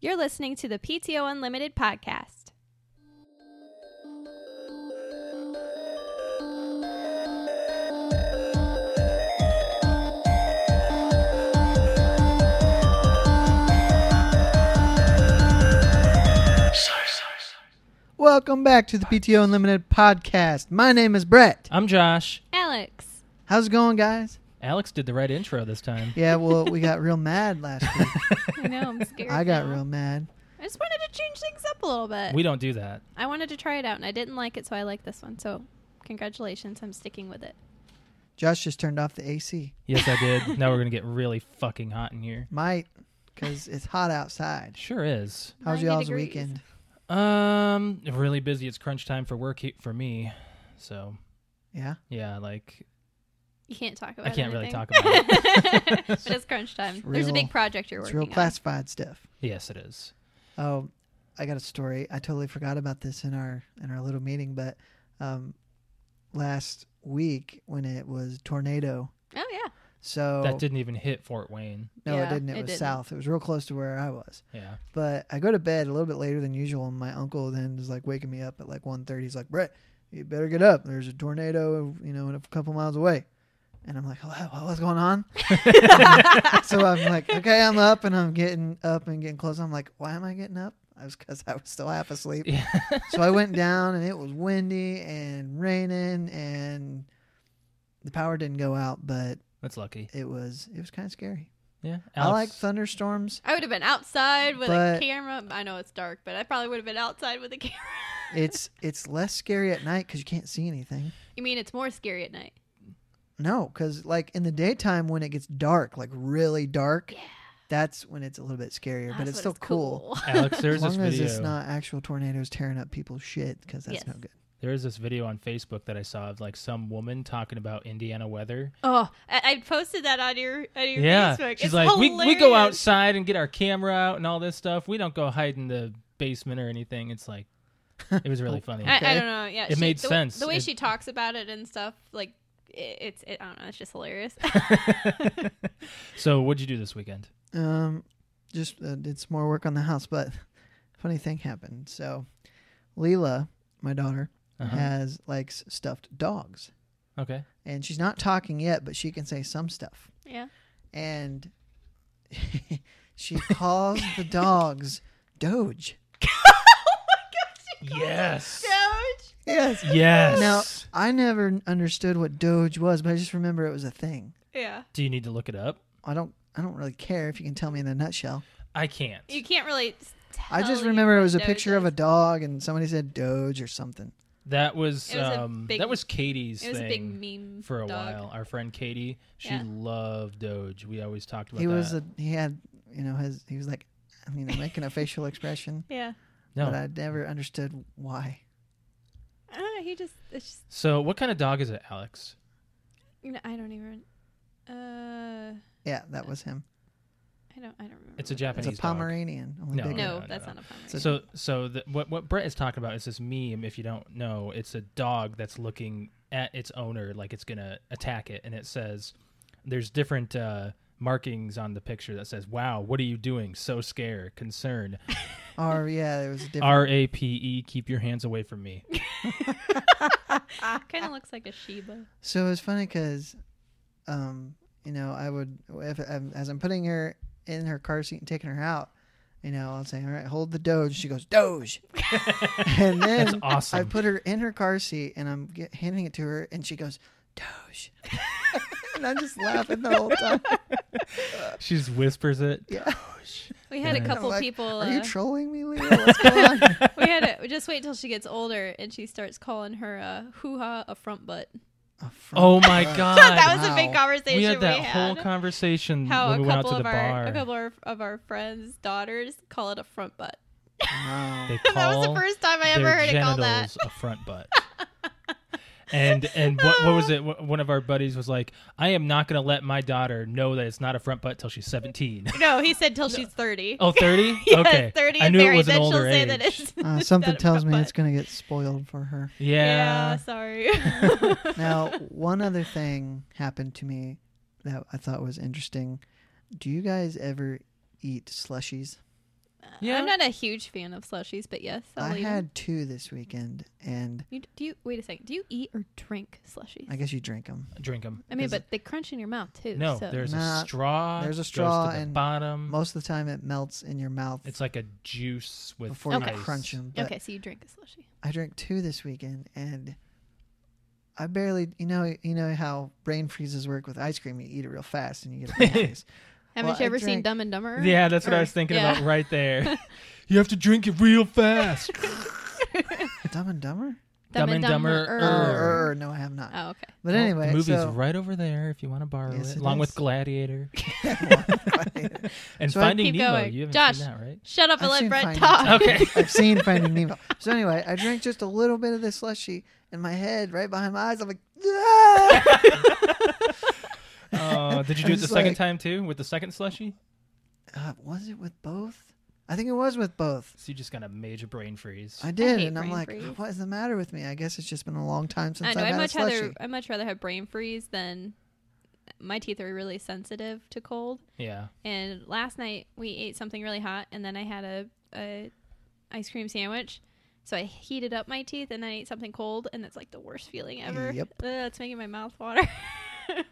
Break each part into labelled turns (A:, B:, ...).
A: You're listening to the PTO Unlimited podcast.
B: Welcome back to the PTO Unlimited podcast. My name is Brett.
C: I'm Josh.
A: Alex,
B: How's it going, guys?
C: Alex did the right intro this time.
B: Yeah, well, we got real mad last week.
A: I know I'm scared.
B: I got
A: now.
B: real mad.
A: I just wanted to change things up a little bit.
C: We don't do that.
A: I wanted to try it out and I didn't like it, so I like this one. So, congratulations, I'm sticking with it.
B: Josh just turned off the AC.
C: Yes, I did. now we're gonna get really fucking hot in here.
B: Might, because it's hot outside.
C: Sure is.
B: How's
A: 90
B: y'all's
A: degrees.
B: weekend?
C: Um, really busy. It's crunch time for work he- for me. So
B: Yeah.
C: yeah, like
A: You can't talk about.
C: I can't really
A: anything.
C: talk about. it.
A: but it's crunch time. There's a
B: real-
A: big project you're
B: It's
A: working
B: real classified stuff.
C: Yes, it is.
B: Oh, I got a story. I totally forgot about this in our in our little meeting, but um, last week when it was tornado,
A: on. Oh yeah.
B: so
C: That didn't even hit Fort Wayne.
B: no,
A: Yeah,
B: it didn't. It,
A: it
B: was
A: didn't.
B: south. It was real close to where I was.
C: Yeah.
B: But I go to bed a little bit later than usual, and my uncle then is like waking me up at like 1.30. He's like, Brett, you better get up. There's a tornado, you know, in a couple miles away. And I'm like, oh, what- what's going on? so I'm like, okay, I'm up, and I'm getting up and getting close. I'm like, why am I getting up? I was because I was still half asleep.
C: Yeah.
B: so I went down, and it was windy and raining, and the power didn't go out, but
C: That's lucky.
B: it was it was kind of scary.
C: Yeah.
B: I like
C: Alex,
B: thunderstorms.
A: I would have been outside with a
B: But-
A: camera. I know it's dark, but I probably would have been outside with a camera.
B: It's it's less scary at night because you can't see anything.
A: You mean it's more scary at night?
B: No, because like in the daytime when it gets dark, like really dark, that's when it's a little bit scarier. but
A: That's
B: it's
A: what
B: still cool.
C: Alex, there's
B: As long
C: this
B: as
C: video.
B: it's not actual tornadoes tearing up people's shit, because that's
A: Yes.
B: no good.
C: there is this video on Facebook that I saw of like some woman talking about Indiana weather.
A: Oh, I, I posted that on your on your
C: yeah.
A: Facebook.
C: She's
A: it's
C: like, we,
A: hilarious.
C: we go outside and get our camera out and all this stuff. We don't go hide in the basement or anything. It's like, it was really funny.
A: I, I
B: okay.
A: don't know. Yeah,
C: It made
A: the way-
C: sense.
A: The way
C: It-
A: she talks about it and stuff, like it, it's it, I don't know. It's just hilarious.
C: so, what'd you do this weekend?
B: Um, just uh, did some more work on the house, but funny thing happened. So, Leela, my daughter,
C: Uh-huh.
B: has likes stuffed dogs,
C: Okay.
B: and she's not talking yet, but she can say some stuff.
A: yeah.
B: and she calls the dogs Doge.
A: Oh
C: Yes.
A: Doge.
B: Yes.
C: Yes.
B: Now I never n- understood what Doge was, but I just remember it was a thing.
A: Yeah.
C: do you need to look it up?
B: I don't. I don't really care if you can tell me in a nutshell.
C: I can't.
A: You can't really. s-
B: I just
A: tell
B: remember
A: you
B: it was a
A: what Doge
B: picture of
A: is.
B: a dog, and somebody said Doge or something.
C: That was,
A: It was a
C: um
A: big-
C: that was Katie's
A: It was a
C: thing
A: big meme
C: for a
A: dog.
C: while. Our friend Katie, she
A: Yeah.
C: loved Doge. We always talked about
B: he
C: that.
B: was a. He had. You know. His. He was like. I mean, making a facial expression,
A: Yeah.
C: no.
B: but I never understood why.
A: I don't know. He just. It's just.
C: so, what kind of dog is it, Alex?
A: You know, I don't even. Uh,
B: Yeah, that was him.
A: I don't. I don't remember.
C: It's a
A: what-
C: Japanese
B: it's a Pomeranian. Only
C: No.
B: big.
A: No,
C: no,
A: that's
C: no.
A: not a Pomeranian.
C: dog. So, so the, what what Brett is talking about is this meme. If you don't know, it's a dog that's looking at its owner like it's gonna attack it, and it says, "There's different." uh markings on the picture that says wow what are you doing so scared concerned
B: Or yeah, there was a different.
C: R A P E, keep your hands away from me.
A: kind of Ah, looks like a Sheba.
B: So it was funny because, um, you know, I would if um, as I'm putting her in her car seat and taking her out, you know, I'll say, "All right, hold the Doge." She goes, "Doge," and then
C: That's awesome.
B: I put her in her car seat and I'm get, handing it to her, and she goes, "Doge," and I'm just laughing the whole time.
C: She just whispers it.
B: Yeah.
A: We had a
C: Yeah.
A: couple
B: I'm like,
A: people.
B: Are you
A: uh,
B: trolling me, Leela? What's going on?
A: we had a, just wait till she gets older and she starts calling her uh, hoo ha a front butt.
B: A front
C: Oh my
B: butt.
C: god.
A: that was a big
B: Wow.
A: conversation
C: we had that
A: we
C: whole
A: had.
C: conversation
A: how
C: when
A: a
C: we went out
A: couple
C: to the
A: of our
C: bar.
A: a couple of, of our friends' daughters call it a front butt.
B: Wow.
C: They
A: that was
C: call
A: the first time I ever
C: their
A: heard it called that.
C: genitals a front butt. And and what, what was it? Wh- One of our buddies was like, "I am not going to let my daughter know that it's not a front butt till she's 17."
A: No, he said till she's thirty.
C: Oh, 30?
A: Yeah,
C: okay.
A: 30
C: I
A: and
C: knew
A: married,
C: it was an
A: then
C: older
A: she'll
C: age.
A: say that it's.
B: Uh,
A: it's
B: something
A: not a
B: tells
A: front
B: me
A: butt.
B: it's going to get spoiled for her.
C: yeah.
A: sorry.
B: Now, one other thing happened to me that I thought was interesting. Do you guys ever eat slushies?
A: Uh,
C: Yeah.
A: I'm not a huge fan of slushies, but yes, I'll
B: I
A: eat 'em.
B: had two this weekend, and
A: You, do you wait a second? Do you eat or drink slushies?
B: I guess you drink them.
C: Drink them.
A: I mean,
B: Is
A: but they crunch in your mouth too.
C: No,
A: so.
C: there's
B: Nah,
C: a straw.
B: there's a
C: goes to
B: straw
C: the
B: and
C: bottom.
B: Most of the time, it melts in your mouth
C: it's like a juice with
B: before
A: Okay.
B: you
C: ice.
B: crunch them. But
A: okay, so you drink a slushie.
B: I drank two this weekend, and I barely, you know, you know how brain freezes work with ice cream. You eat it real fast, and you get a brain freeze.
A: Haven't
B: Well,
A: you
B: I
A: ever seen
B: drank-
A: Dumb and Dumber?
C: Yeah, that's what I
A: Or-
C: was thinking
A: yeah.
C: about right there. you have to drink it real fast.
B: Dumb and Dumber?
A: Dumb and Dumber.
B: Er.
C: Dumber-er.
A: er.
B: no, I have not.
A: Oh, okay.
B: but
C: Well,
B: anyway,
C: the movie's
B: so,
C: right over there if you want to borrow
B: Yes,
C: it,
B: it
C: along with
B: is.
C: Gladiator and
B: So I-
C: Finding
A: Keep
C: Nemo.
A: going.
C: You haven't
A: Josh.
C: seen that, right?
A: Shut up and
B: I've
A: let
B: seen
A: Brett
B: Finding
A: talk.
C: Okay.
B: I've seen Finding Nemo. So anyway, I drank just a little bit of this slushy, and my head right behind my eyes. I'm like, "Ah!"
C: Uh, did you
B: I'm
C: do it the
B: just
C: second
B: like-
C: time too with the second slushie?
B: uh, was it with both? I think it was with both.
C: So you just got a major brain freeze.
B: I did,
A: hate
B: and I'm
A: brain
B: like,
A: freeze.
B: what is the matter with me? I guess it's just been a long time since
A: I know.
B: have
A: I'd
B: had
A: much
B: a slushy.
A: rather I'd much rather have brain freeze than my teeth are really sensitive to cold.
C: yeah.
A: And last night we ate something really hot, and then I had a, a ice cream sandwich. So I heated up my teeth, and then I ate something cold, and that's like the worst feeling ever.
B: Yep.
A: Ugh, it's making my mouth water.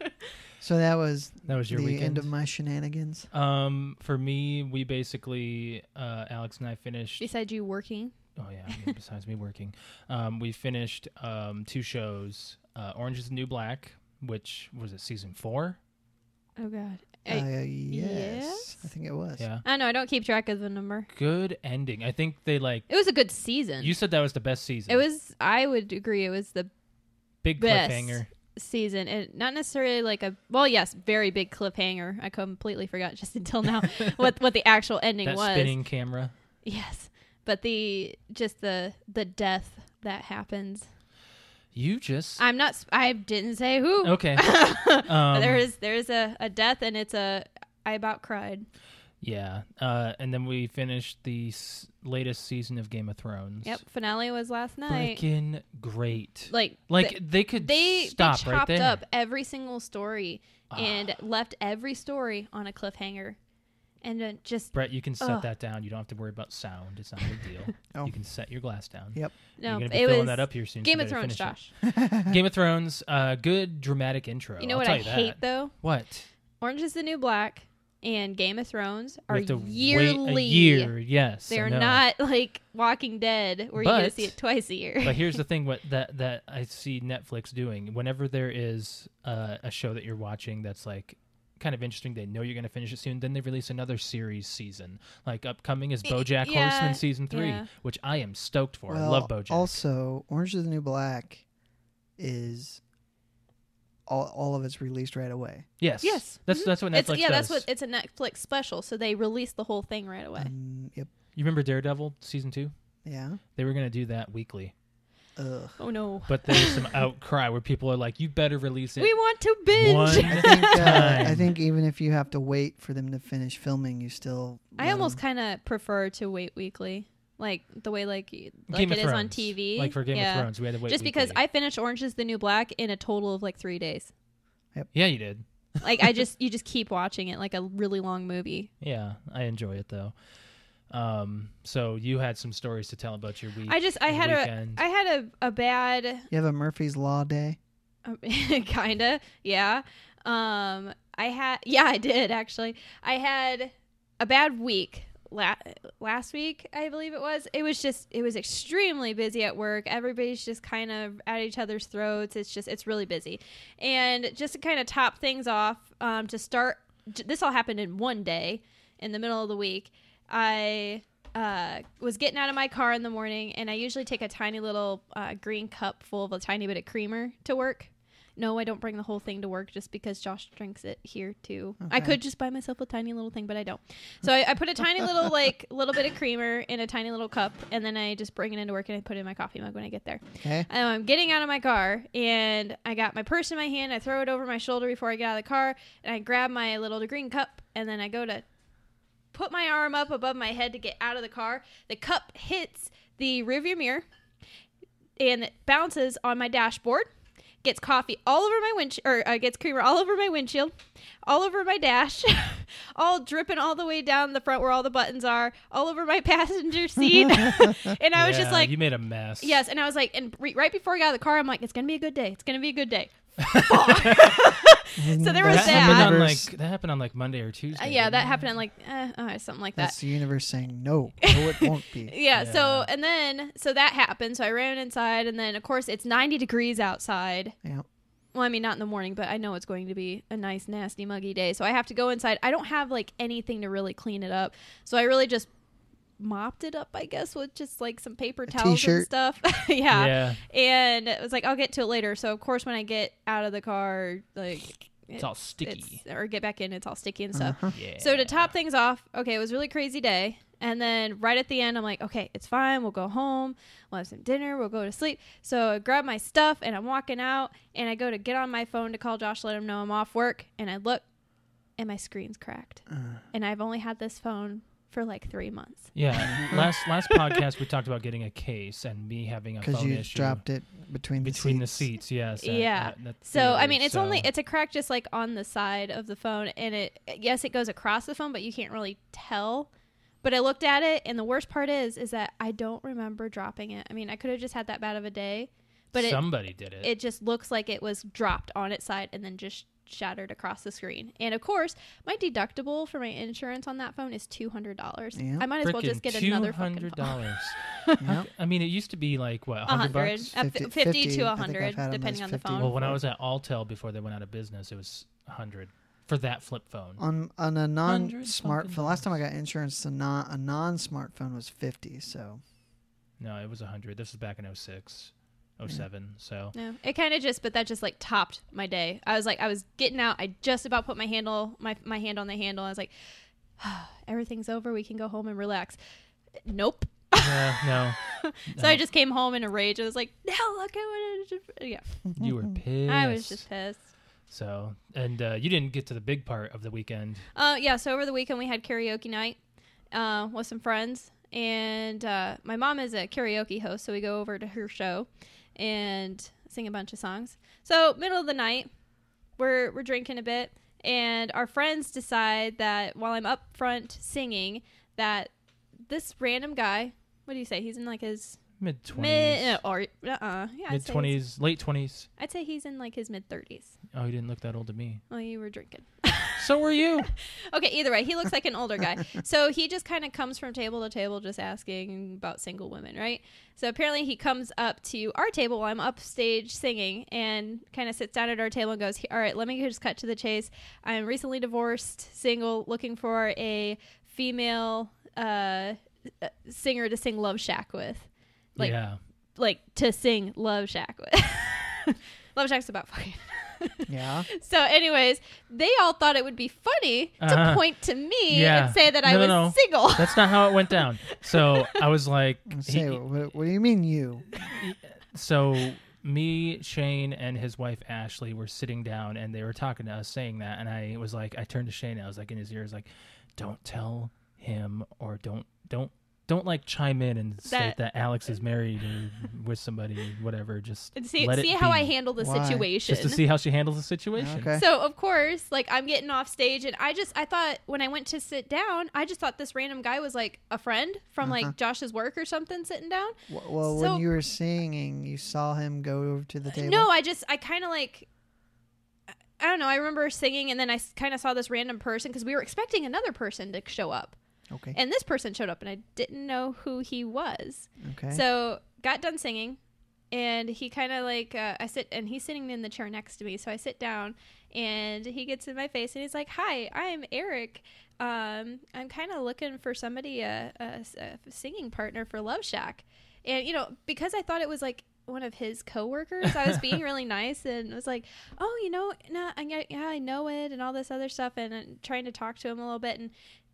B: So that was
C: That was your
B: the
C: weekend.
B: end of my shenanigans.
C: um, for me, we basically uh, Alex and I finished.
A: Besides you working,
C: Oh yeah. I mean, besides me working, um, we finished um, two shows. Uh, Orange is the New Black, which was it season four?
A: oh god, I,
B: uh, yes,
A: yes?
B: I think it was.
C: Yeah.
A: I don't know. I don't keep track of the number.
C: Good ending. I think they like.
A: It was a good season.
C: You said that was the best season.
A: it was. I would agree. It was the
C: big
A: best.
C: cliffhanger.
A: season and not necessarily like a well yes very big cliffhanger i completely forgot just until now what what the actual ending
C: That
A: was
C: spinning camera.
A: yes but the just the the death that happens
C: You just
A: i'm not s- i didn't say who
C: okay.
A: But
C: Um,
A: there is there is a, a death and it's a i about cried
C: Yeah, uh, and then we finished the s- latest season of Game of Thrones.
A: yep finale was last night
C: freaking great. Like,
A: like th-
C: they could
A: they,
C: stop
A: they
C: right
A: chopped
C: there.
A: up every single story
C: Ah.
A: and left every story on a cliffhanger and then just
C: Brett, you can set
A: Ugh.
C: that down. You don't have to worry about sound. It's not a big deal.
B: Oh.
C: You can set your glass down.
B: Yep.
A: no
C: You're gonna be
A: it
C: filling
A: was
C: that up here soon. so
A: Game of
C: better
A: Thrones,
C: finish it.
A: Josh.
C: Game of Thrones. Uh, good dramatic intro.
A: You know
C: I'll
A: what
C: tell
A: I
C: you
A: hate
C: that.
A: though?
C: What?
A: Orange is the New Black and Game of Thrones
C: We
A: are
C: have to
A: yearly.
C: Wait a year. Yes. I
A: They're
C: know.
A: not like Walking Dead where you get to
C: But-
A: see it twice a year.
C: but here's the thing what that that i see netflix doing whenever there is uh, a show that you're watching that's like kind of interesting they know you're going to finish it soon then they release another series season like upcoming is
A: Y-
C: bojack
A: yeah,
C: horseman season three
A: yeah.
C: which i am stoked for i
B: Well,
C: love bojack
B: Also, Orange is the New Black is all, all of it's released right away.
C: yes
A: Yes. Mm-hmm.
C: that's that's what netflix
A: it's, yeah,
C: does
A: that's
C: Mm.
A: what it's a Netflix special, so they release the whole thing right away.
B: Um, yep.
C: you remember daredevil season two
B: Yeah.
C: they were going to do that weekly
B: Ugh.
A: oh no.
C: but there's some outcry where people are like you better release it
A: we want to binge.
C: one
B: I think, uh,
C: time
B: I think even if you have to wait for them to finish filming, you still.
A: I almost kind of prefer to wait weekly. Like the way like y- like
C: Game
A: it
C: of
A: is
C: Thrones.
A: on TV.
C: like for game
A: Yeah.
C: of thrones we had to wait
A: Just because
C: weekly.
A: I finished Orange is the New Black in a total of like 3 days.
C: yeah you did
A: Like I just you just keep watching it like a really long movie.
C: Yeah, I enjoy it though. Um, so you had some stories to tell about your week.
A: I just I
C: your
A: had
C: weekend.
A: a I had a, a bad
B: You have a Murphy's Law day.
A: um, kinda yeah um I had yeah I did actually I had a bad week la- last week I believe it was it was just it was extremely busy at work everybody's just kind of at each other's throats it's just it's really busy and just to kind of top things off um, to start j- this all happened in one day in the middle of the week I uh, was getting out of my car in the morning, and I usually take a tiny little uh, green cup full of a tiny bit of creamer to work. No, I don't bring the whole thing to work just because Josh drinks it here too. I
B: Okay.
A: could just buy myself a tiny little thing, but I don't. So I, I put a tiny little like little bit of creamer in a tiny little cup, and then I just bring it into work and I put it in my coffee mug when I get there.
B: Okay.
A: And Um, I'm getting out of my car, and I got my purse in my hand. I throw it over my shoulder before I get out of the car, and I grab my little green cup, and then I go to put my arm up above my head to get out of the car. The cup hits the rearview mirror, and it bounces on my dashboard, gets coffee all over my windshield, or uh, gets creamer all over my windshield, all over my dash, all dripping all the way down the front where all the buttons are, all over my passenger seat. and I was just
C: Yeah,
A: like,
C: you made a mess.
A: yes. And I was like, and re- right before I got out of the car, I'm like, it's going to be a good day. It's going to be a good day. So there was
C: that
A: that.
C: happened on like
B: Universe-
C: that happened on like Monday or Tuesday.
A: Uh, yeah,
C: didn't
A: that happened in like, eh, uh, something like that.
B: That's the universe saying no. No, it won't be.
A: yeah, so
C: Yeah.
A: and then so that happened so i ran inside and then of course it's 90 degrees outside
B: Yeah.
A: well i mean not in the morning but i know it's going to be a nice nasty muggy day so i have to go inside i don't have like anything to really clean it up so i really just mopped it up i guess with just like some paper towels and
B: t-shirt.
A: stuff
C: it?
A: yeah.
C: Yeah.
A: and it was like i'll get to it later so of course when i get out of the car like
C: It's all sticky.
A: it's- or get back in it's all sticky and stuff
B: Uh-huh.
C: yeah.
A: so to top things off, okay, it was a really crazy day. And then right at the end, I'm like, okay, it's fine. We'll go home. We'll have some dinner. We'll go to sleep. So I grab my stuff and I'm walking out and I go to get on my phone to call Josh, let him know I'm off work. And I look and my screen's cracked.
B: uh,
A: And I've only had this phone for like three months.
C: Yeah. last last podcast we talked about getting a case and me having a
B: Because
C: phone
B: you
C: issue
B: dropped it between the
C: between
B: seats.
C: the seats. Yes. at-
A: Yeah.
C: at- at
A: So
C: theater,
A: I mean, it's
C: so-
A: only it's a crack just like on the side of the phone, and it yes, it goes across the phone, but you can't really tell. But I looked at it, and the worst part is, is that I don't remember dropping it. I mean, I could have just had that bad of a day, but it
C: somebody did it.
A: it just looks like it was dropped on its side and then just shattered across the screen. And of course, my deductible for my insurance on that phone is two hundred dollars.
B: Yeah.
A: I might as well
C: Frickin'
A: just get another fucking
C: $200.
A: phone.
B: Yeah.
C: I mean, it used to be like what,
A: A
C: 100
A: hundred,
C: bucks?
A: uh,
B: 50
A: fi- fifty
B: I
A: to
B: think
A: a
B: I've
A: hundred,
B: had 'em as
A: depending on the
B: 50.
A: phone.
C: Well, when I was at Altel before they went out of business, it was 100 for that flip phone.
A: Uh.
B: On on a non
C: Hundred fucking
B: smartphone. Last time I got insurance, a non a non smartphone was fifty. So
C: No, it was 100. This was back in 06, 07. So
A: No, it kind of just, but that just like topped my day. I was like, I was getting out. I just about put my handle, my my hand on the handle. I was like, everything's over. We can go home and relax. Nope.
C: yeah, Um,
A: So I just came home in a rage. I was like, no, look at what I just. Yeah,
C: no, you were pissed.
A: I was just pissed.
C: so, and uh, you didn't get to the big part of the weekend.
A: Uh, yeah. So over the weekend we had karaoke night uh, with some friends, and uh, my mom is a karaoke host, so we go over to her show and sing a bunch of songs. So middle of the night, we're we're drinking a bit, and our friends decide that while I'm up front singing, that this random guy, what do you say? He's in like his
C: Mid 20s.
A: mid or uh uh yeah I'd
C: Mid
A: say he's-
C: 20s, late 20s.
A: I'd say he's in like his mid thirties.
C: Oh, you didn't look that old to me.
A: Well, you were drinking.
C: So were you.
A: Okay, either way, he looks like an older guy. So he just kind of comes from table to table just asking about single women, right? So apparently he comes up to our table while I'm upstage singing and kind of sits down at our table and goes, All right, let me just cut to the chase. I'm recently divorced, single, looking for a female uh, uh, singer to sing Love Shack with. Like,
C: yeah.
A: like to sing Love Shack with. Love Shack's about fucking.
B: yeah,
A: So, anyways, they all thought it would be funny to
C: Uh-huh.
A: point to me
C: Yeah.
A: and say that I
C: No,
A: was
C: no, no.
A: single.
C: That's not how it went down. So I was like,
B: I
C: he-
B: say, what, what do you mean you?
C: so me, Shane, and his wife Ashley were sitting down and they were talking to us saying that. And I was like, I turned to Shane. I was like in his ear, I was like, don't tell him or don't, don't, don't like chime in and state
A: That-
C: that Alex is married or with somebody, whatever. Just
A: And see
C: let it
A: see how
C: be.
A: I handle the
B: Why?
A: situation.
C: just to see how she handles the situation.
B: Okay.
A: So of course, like I'm getting off stage, and I just I thought when I went to sit down, I just thought this random guy was like a friend from
B: Uh-huh.
A: like Josh's work or something sitting down.
B: Wh- Well,
A: So- Uh,
B: when you were singing, you saw him go over to the table.
A: No, I just I kind of like I- I don't know. I remember singing, and then I kind of saw this random person because we were expecting another person to show up,
B: Okay.
A: and this person showed up, and I didn't know who he was.
B: Okay.
A: So got done singing, and he kind of like uh, I sit and he's sitting in the chair next to me. So I sit down, and he gets in my face and he's like, "Hi, I'm Eric. Um, I'm kind of looking for somebody uh, a, a, a singing partner for Love Shack." And you know, because I thought it was like one of his coworkers, I was being really nice and was like, "Oh, you know, nah, I, get- yeah, I know it," and all this other stuff, and, and trying to talk to him a little bit. And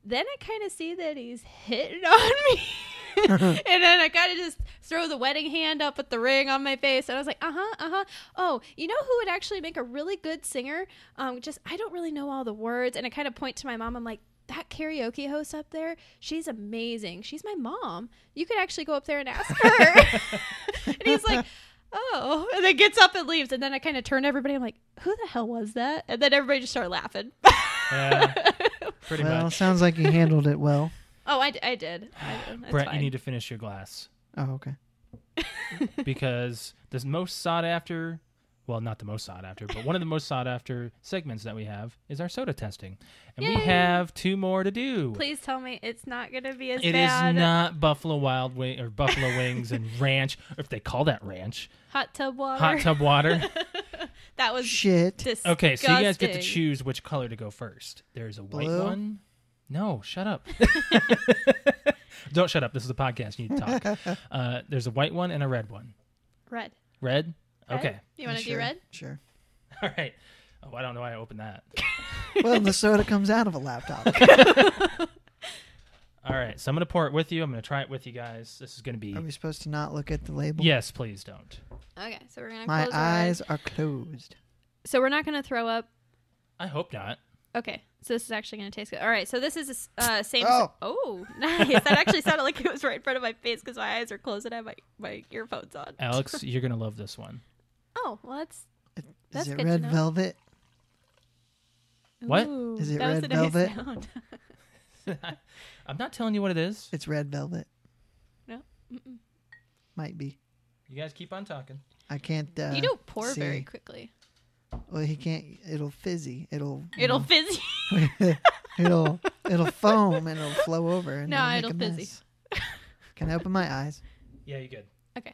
A: then I kind of see that he's hitting on me, and then I kind of just throw the wedding hand up with the ring on my face, and I was like, "Uh huh, uh huh." Oh, you know who would actually make a really good singer? Um, just I don't really know all the words, and I kind of point to my mom. I'm like. That karaoke host up there, she's amazing. She's my mom. You could actually go up there and ask her. and he's like, oh, and then gets up and leaves. And then I kind of turn to everybody. I'm like, who the hell was that? And then everybody just started laughing.
C: Yeah, pretty
B: well,
C: much.
B: sounds like you handled it well.
A: oh, I, d- I did. I did. That's
C: Brett,
A: fine.
C: you need to finish your glass
B: Oh, okay.
C: because the most sought after, well, not the most sought after, but one of the most sought after segments that we have is our soda testing, and we
A: Yay.
C: have two more to do.
A: Please tell me it's not going to be as
C: It is
A: bad.
C: not Buffalo Wild Wing or Buffalo Wings and Ranch, or if they call that Ranch,
A: Hot tub water.
C: hot tub water.
A: that was
B: Shit.
A: disgusting.
C: Okay, so you guys get to choose which color to go first. There's a white
B: Blue?
C: one. No, shut up. Don't shut up. This is a podcast. You need to talk. Uh, there's a white one and a red one.
A: Red.
C: Red?
A: Red?
C: Okay.
A: You want to
B: Sure,
A: do red?
B: Sure.
C: All right. Oh, I don't know why I opened that.
B: Well, the soda comes out of a laptop.
C: All right. So I'm going to pour it with you. I'm going to try it with you guys. This is going to be.
B: Are we supposed to not look at the label?
C: Yes, please don't.
A: Okay, so we're going to
B: My
A: close our eyes.
B: eyes are closed.
A: So we're not going to throw up.
C: I hope not.
A: Okay, so this is actually going to taste good. All right, so this is uh, same.
B: Oh.
A: oh, nice. That actually sounded like it was right in front of my face because my eyes are closed and I have my, my earphones on.
C: Alex, you're going to love this one.
A: Oh, well, that's.
B: Is
A: That's
B: it
A: good to
B: red
A: know.
B: velvet?
C: What?
A: Ooh,
B: Is it
A: that was
B: red
A: a nice
B: velvet?
A: sound.
C: I'm not telling you what it is.
B: It's red velvet.
A: No. Mm-mm.
B: Might be.
C: You guys keep on talking.
B: I can't. Uh,
A: you don't pour
B: see.
A: very quickly.
B: Well, he can't. It'll fizzy. It'll. you
A: It'll
B: know,
A: fizz.
B: it'll. It'll foam and it'll flow over. And
A: No,
B: it'll make
A: it'll
B: a
A: fizzy.
B: mess. Can I open my eyes?
C: Yeah, you good.
A: Okay.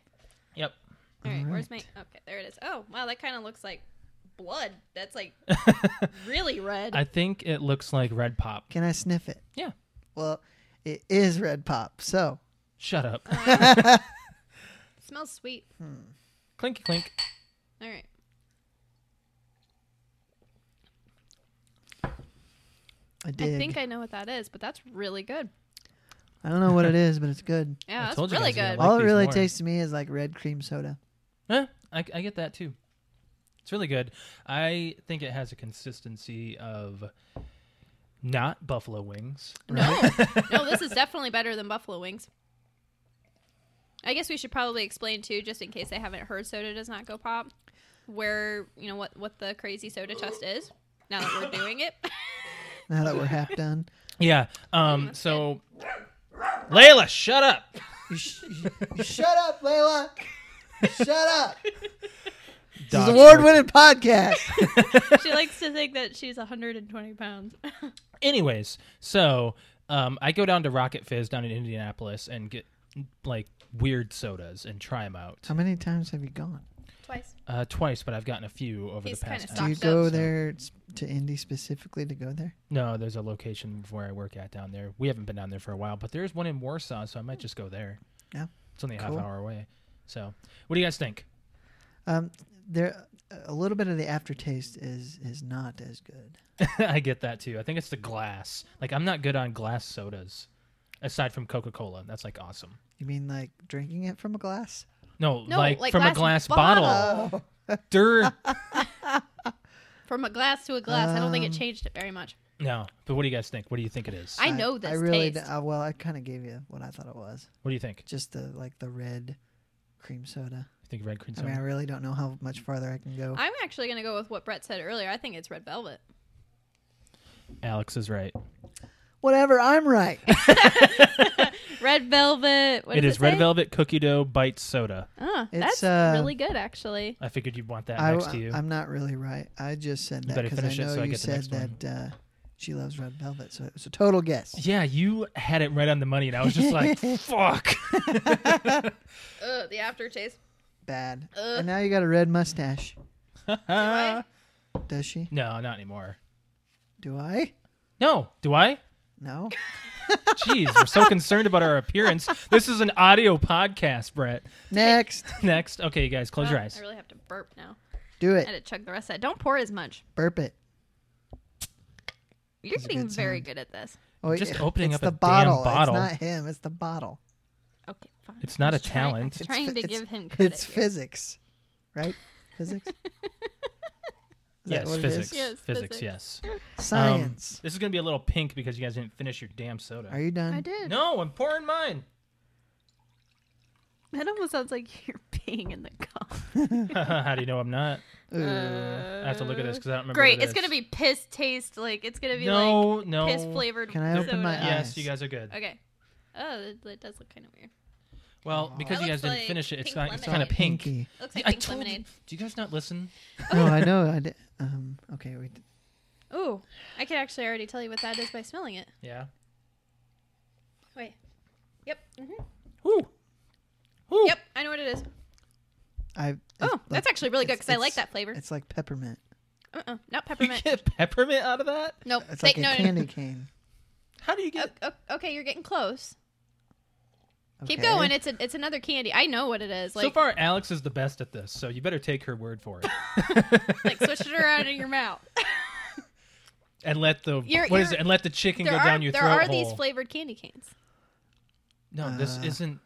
C: Yep.
A: All right,
B: All
A: where's my?
B: right.
A: Okay, there it is. Oh, wow, that kind of looks like blood. That's like really red.
C: I think it looks like red pop.
B: Can I sniff it?
C: Yeah.
B: Well, it is red pop. So
C: Shut up.
A: smells sweet.
C: Clinky clink.
A: All right.
B: I dig.
A: I think I know what that is, but that's really good.
B: I don't know what it is, but it's good.
A: Yeah,
C: I
A: that's
C: told you
A: really
C: guys I
A: good.
C: like
B: All it
C: these
B: really
C: more.
B: tastes to me is like red cream soda.
C: Eh, I, I get that too. It's really good. I think it has a consistency of not buffalo wings.
A: No, no, this is definitely better than buffalo wings. I guess we should probably explain too, just in case they haven't heard soda does not go pop, where you know what what the crazy soda test is. Now that we're doing it,
B: Now that we're half done,
C: Yeah. Um. So, Layla, shut up.
B: you sh- you shut up, Layla. Shut up. This is
C: Dog
B: an award-winning podcast.
A: she likes to think that she's 120 pounds.
C: Anyways, so um, I go down to Rocket Fizz down in Indianapolis and get like weird sodas and try them out
B: How many times have you gone?
A: Twice.
C: uh, twice, but I've gotten a few over
A: He's
C: the past.
A: kinda
C: hour.
B: Do you
A: Stocked up,
B: go
A: so-
B: there s- to Indy specifically to go there?
C: No, there's a location of where I work at down there. We haven't been down there for a while, but there's one in Warsaw, so I might just go there.
B: Yeah.
C: It's only a
B: Cool.
C: half hour away. So, what do you guys think?
B: Um, there, a little bit of the aftertaste is is not as good.
C: I get that too. I think it's the glass. Like I'm not good on glass sodas aside from Coca-Cola. That's like awesome.
B: You mean like drinking it from a glass?
C: No,
A: No,
C: like,
A: like
C: from a
A: glass
C: glass
A: bottle.
C: bottle.
B: Oh,
C: Dur-
A: From a glass to a glass, I don't think it
B: Um,
A: changed it very much.
C: no. But what do you guys think? What do you think it is?
A: I know this
B: I really
A: taste.
B: d- uh, well, I kind of gave you what I thought it was.
C: what do you think?
B: Just the like the red cream soda.
C: You think red cream
B: I mean, I
C: soda?
B: really don't know how much farther I can go.
A: I'm actually going to go with what Brett said earlier. I think it's red velvet.
C: Alex is right.
B: Whatever, I'm right.
A: Red velvet. What
C: it
A: does
C: is red
A: say?
C: velvet cookie dough bite soda.
A: Ah,
B: It's,
A: that's
B: uh,
A: really good, actually.
C: I figured you'd want that
B: I,
C: next to you.
B: am not really right. I just said that
C: better
B: because I
C: finish it
B: know
C: so I
B: you
C: get the
B: said
C: next
B: that uh, she loves red velvet, so it was a total guess.
C: yeah, you had it right on the money, and I was just like, "Fuck."
A: Ugh, the aftertaste.
B: Bad.
A: Ugh.
B: And now you got a red mustache. Uh,
A: I?
B: Does she?
C: No, not anymore.
B: Do I?
C: No, do I?
B: No.
C: Jeez, we're so concerned about our appearance. This is an audio podcast, Brett.
B: Next.
C: Next, okay, you guys, close your
A: Oh,
C: eyes.
A: I really have to burp now.
B: Do
A: I
B: it.
A: had to chug the rest of that. Don't pour as much.
B: Burp it.
A: You're
B: a
A: getting
B: good
A: very
B: sound.
A: good at this.
B: Oh,
C: Just
B: it-
C: opening
B: it's
C: up a
B: the
C: damn
B: bottle.
C: bottle.
B: It's not him. It's the bottle.
A: Okay, fine.
C: It's
A: I'm
C: not a
A: just trying-
C: talent.
A: I'm
B: It's
A: trying
B: phy-
A: to
B: it's-
A: give him credit.
B: It's
A: here. Um,
B: physics, right? Physics. Is that
C: Yes,
B: what it is?
C: physics.
A: Yes,
C: physics,
A: physics.
C: yes. Um,
B: Science.
C: this is going to be a little pink because you guys didn't finish your damn soda.
B: Are you done?
A: I did.
C: No, I'm pouring mine.
A: That almost sounds like you're. pee- being in the car.
C: How do you know I'm not?
B: Ugh.
C: I have to look at this because I don't remember.
A: Great.
C: what it
A: It's gonna
C: is.
A: be piss taste. Like it's gonna be like
C: no, no.
A: piss flavored.
B: Can I open
A: soda.
B: my
C: Yes,
B: eyes.
C: you guys are good.
A: Okay. Oh, that, that does look kind of weird.
C: Well,
B: Aw.
C: because
A: That
C: you guys
A: looks
C: didn't
A: like
C: finish it, it's,
A: pink
C: ki- it's kind
A: lemonade.
C: of pink.
B: Pinky.
A: It looks like
C: I
A: pink
C: told you-
A: lemonade.
C: Do you guys not listen?
B: No, I know. I did. Um, okay, we.
A: Ooh, I could actually already tell you what that is by smelling it.
C: Yeah.
A: Wait. Yep. hmm
C: Woo. Woo.
A: Yep. I know what it is.
B: I. it's
A: Oh,
B: like-
A: that's actually really good
B: it's-
A: because I like
B: it's-
A: that flavor.
B: It's like peppermint.
A: Uh-uh, not
C: You
A: peppermint.
C: get peppermint out of that?
A: Nope.
B: It's
A: They-
B: like
A: no,
B: a
A: no, no.
B: candy cane.
C: How do you get?
A: O- o- okay, you're getting close. Keep
B: Okay.
A: going. It's a, it's another candy. I know what it is. Like
C: so far, Alex is the best at this, so you better take her word for it,
A: like swish it around in your mouth.
C: and let the what is
A: You're- you're-
C: it? And let the chicken
A: there
C: go
A: are
C: down your
A: there
C: throat
A: are
C: hole.
A: these flavored candy canes.
C: no, this
B: Uh,
C: isn't.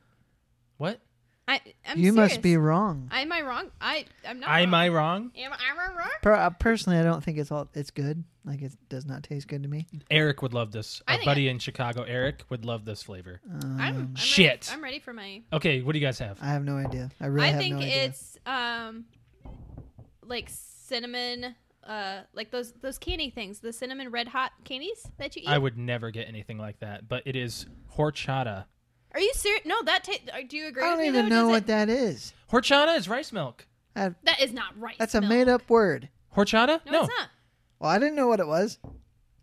C: What?
A: I I'm
B: you
A: serious.
B: must be wrong.
A: Am I wrong? I I'm not.
C: Am
A: wrong.
C: I wrong?
A: Am I wrong?
B: Per- uh, personally, I don't think it's all. It's good. Like it does not taste good to me.
C: Eric would love this.
A: I
C: Our
A: think
C: buddy in Chicago, Eric, would love this flavor.
B: Um,
A: I'm, I'm
C: Shit.
A: Ready, I'm ready for my.
C: Okay, what do you guys have?
B: I have no idea. I really
A: I
B: have
A: think
B: no idea.
A: it's um like cinnamon. Uh, like those those candy things, the cinnamon red hot candies that you eat.
C: I would never get anything like that, but it is horchata.
A: Are you serious? No, that ta- uh, do you agree?
B: I don't
A: with me,
B: even
A: though?
B: know
A: Does
B: what
A: it-
B: that is.
C: Horchata is rice milk.
B: That-
A: that is. Not right.
B: that's a made-up word.
C: Horchata?
A: No, it's not.
B: Well, I didn't know what it was.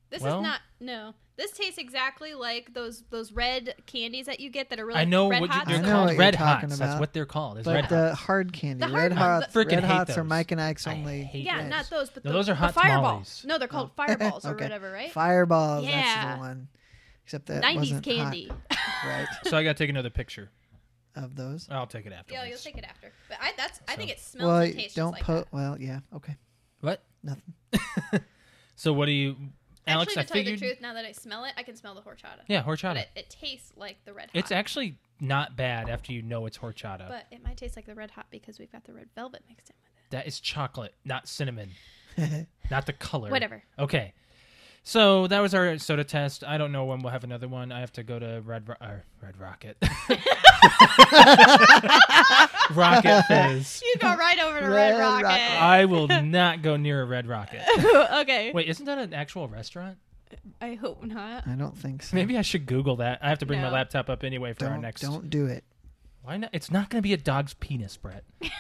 A: This
C: Well-
A: is not. No, this tastes exactly like those those red candies that you get that are really.
C: I know
A: red
C: what you,
A: hot.
C: they're
B: I know
C: called.
B: what you're
C: red hots.
B: talking
C: That's
B: about.
C: what they're called. Is red
B: But
C: hots.
B: the hard candy,
A: The
B: red
A: hard-
B: hots,
C: I freaking
B: red
C: hate
B: hots are
C: those.
B: Mike and Ike's
C: I
B: only.
C: hate
A: Yeah,
C: those.
A: not those, but
C: No,
A: the,
C: those are
A: the
C: hot
A: fireballs.
C: tamales.
A: No, they're called fireballs or whatever, right?
B: Fireballs. That's
A: Yeah.
B: the one. Except that
A: Nineties
B: wasn't
A: candy.
B: hot, right?
C: So I gotta take another picture.
B: Of those.
C: I'll take it after.
A: yeah, you'll take it after. But I that's I think
C: So-
A: it smells
B: well,
A: and tastes
B: don't
A: just
B: put.
A: like that.
B: Well, yeah. Okay.
C: What?
B: Nothing.
C: So what do you, Alex?
A: actually, to
C: I
A: tell
C: figured.
A: you the truth, now that I smell it, I can smell the horchata.
C: Yeah,
A: But
C: horchata.
A: it, it tastes like the red hot.
C: it's actually not bad after you know it's horchata.
A: but it might taste like the red hot because we've got the red velvet mixed in with it.
C: that is chocolate, not cinnamon, not the color.
A: Whatever.
C: Okay. So that was our soda test. I don't know when we'll have another one. I have to go to Red Ro- or Red Rocket. Rocket Fizz.
A: You go right over to
B: Red
A: Red, Rocket.
C: I will not go near a Red Rocket.
A: okay.
C: Wait, isn't that an actual restaurant?
A: I hope not.
B: I don't think so.
C: Maybe I should Google that. I have to bring my
A: No.
C: laptop up anyway for our
B: don't
C: next.
B: don't do it.
C: Why not? It's not going to be a dog's penis, Brett.
B: I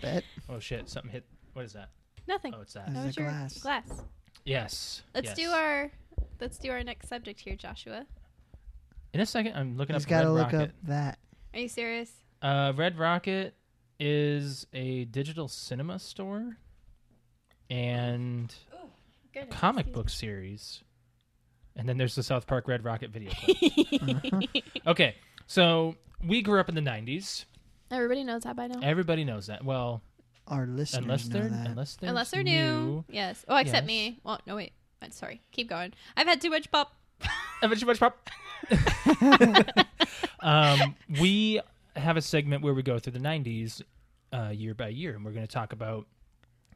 B: bet.
C: Oh shit! Something hit. What is that?
A: Nothing.
C: Oh, it's
B: Is
C: that.
B: it
A: that was your
B: glass?
A: glass.
C: Yes.
A: Let's
C: yes.
A: do our let's do our next subject here, Joshua.
C: In a second, I'm looking
B: He's
C: up. Red
B: got to look
C: Rocket.
B: up that.
A: Are you serious?
C: Uh, Red Rocket is a digital cinema store and
A: Good.
C: comic book series. And then there's the South Park Red Rocket video clip. okay, so we grew up in the 90s.
A: Everybody knows that by now.
C: Everybody knows that. Well,
B: Our listeners
C: unless
B: know
C: they're
B: that.
C: unless they're
A: Unless they're new. Yes. Oh, except
C: Yes.
A: me. Well, no wait. I'm sorry. Keep going. I've had too much pop.
C: I've had too much pop. um, we have a segment where we go through the 90s uh, year by year, and we're going to talk about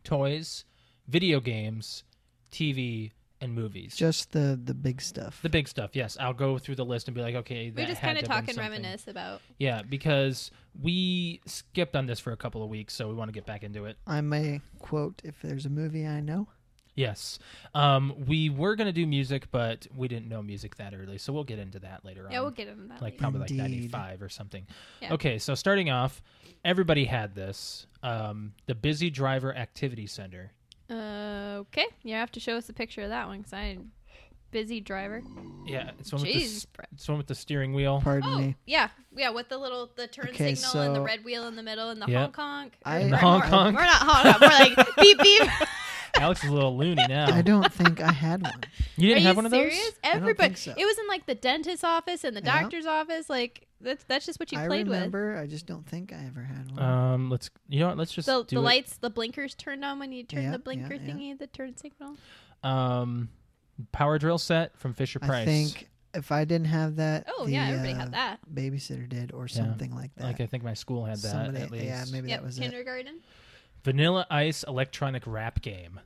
C: toys, video games, TV, and movies.
B: Just the the big stuff.
C: the big stuff, yes. I'll go through the list and be like, okay, that
A: We just
C: had
A: kind of
C: to have
A: talk
C: been
A: and
C: something.
A: reminisce about.
C: Yeah, because we skipped on this for a couple of weeks, so we want to get back into it.
B: I may quote if there's a movie I know.
C: Yes, um, we were going to do music, but we didn't know music that early, so we'll get into that later on.
A: Yeah, we'll get into that.
C: like
A: later.
C: probably
B: Indeed.
C: like 95 or something.
A: Yeah.
C: Okay, so starting off, everybody had this um, the Busy Driver Activity Center.
A: Uh, okay. You have to show us a picture of that one because I'm busy driver.
C: Yeah, it's one, with the,
A: Jeez.
C: s- it's one with the steering wheel.
B: Pardon
A: Oh,
B: me.
A: yeah, yeah, with the little the turn
B: Okay,
A: signal and the
B: so-
A: red wheel in the middle and the
C: Yep.
A: Hong Kong.
B: I-
C: And the
A: Or-
C: Hong
A: or-
C: Kong.
A: We're not Hong Kong. We're like beep beep.
C: Alex is a little loony now.
B: I don't think I had one.
A: Are
C: You didn't
A: you
C: have one
A: serious?
C: of those?
B: I don't
A: Everybody.
B: think so.
A: It was in like the dentist's office and the
B: Yeah.
A: doctor's office. Like that's that's just what you
B: I
A: played with.
B: remember. I just don't think I ever had one.
C: Um, let's you know what, let's just
A: The,
C: do
A: the
C: it.
A: lights, the blinkers turned on when you turned
B: Yeah,
A: the blinker
B: yeah, yeah.
A: thingy, the turn signal.
C: um power drill set from Fisher
B: I
C: Price.
B: think if I didn't have that,
A: Oh
B: the,
A: yeah, everybody
B: uh,
A: had that.
B: Babysitter did, or something like that.
C: like I think my school had that
B: Somebody,
C: at least.
B: yeah, maybe
A: Yep,
B: that was it.
A: kindergarten.
C: Vanilla Ice electronic rap game.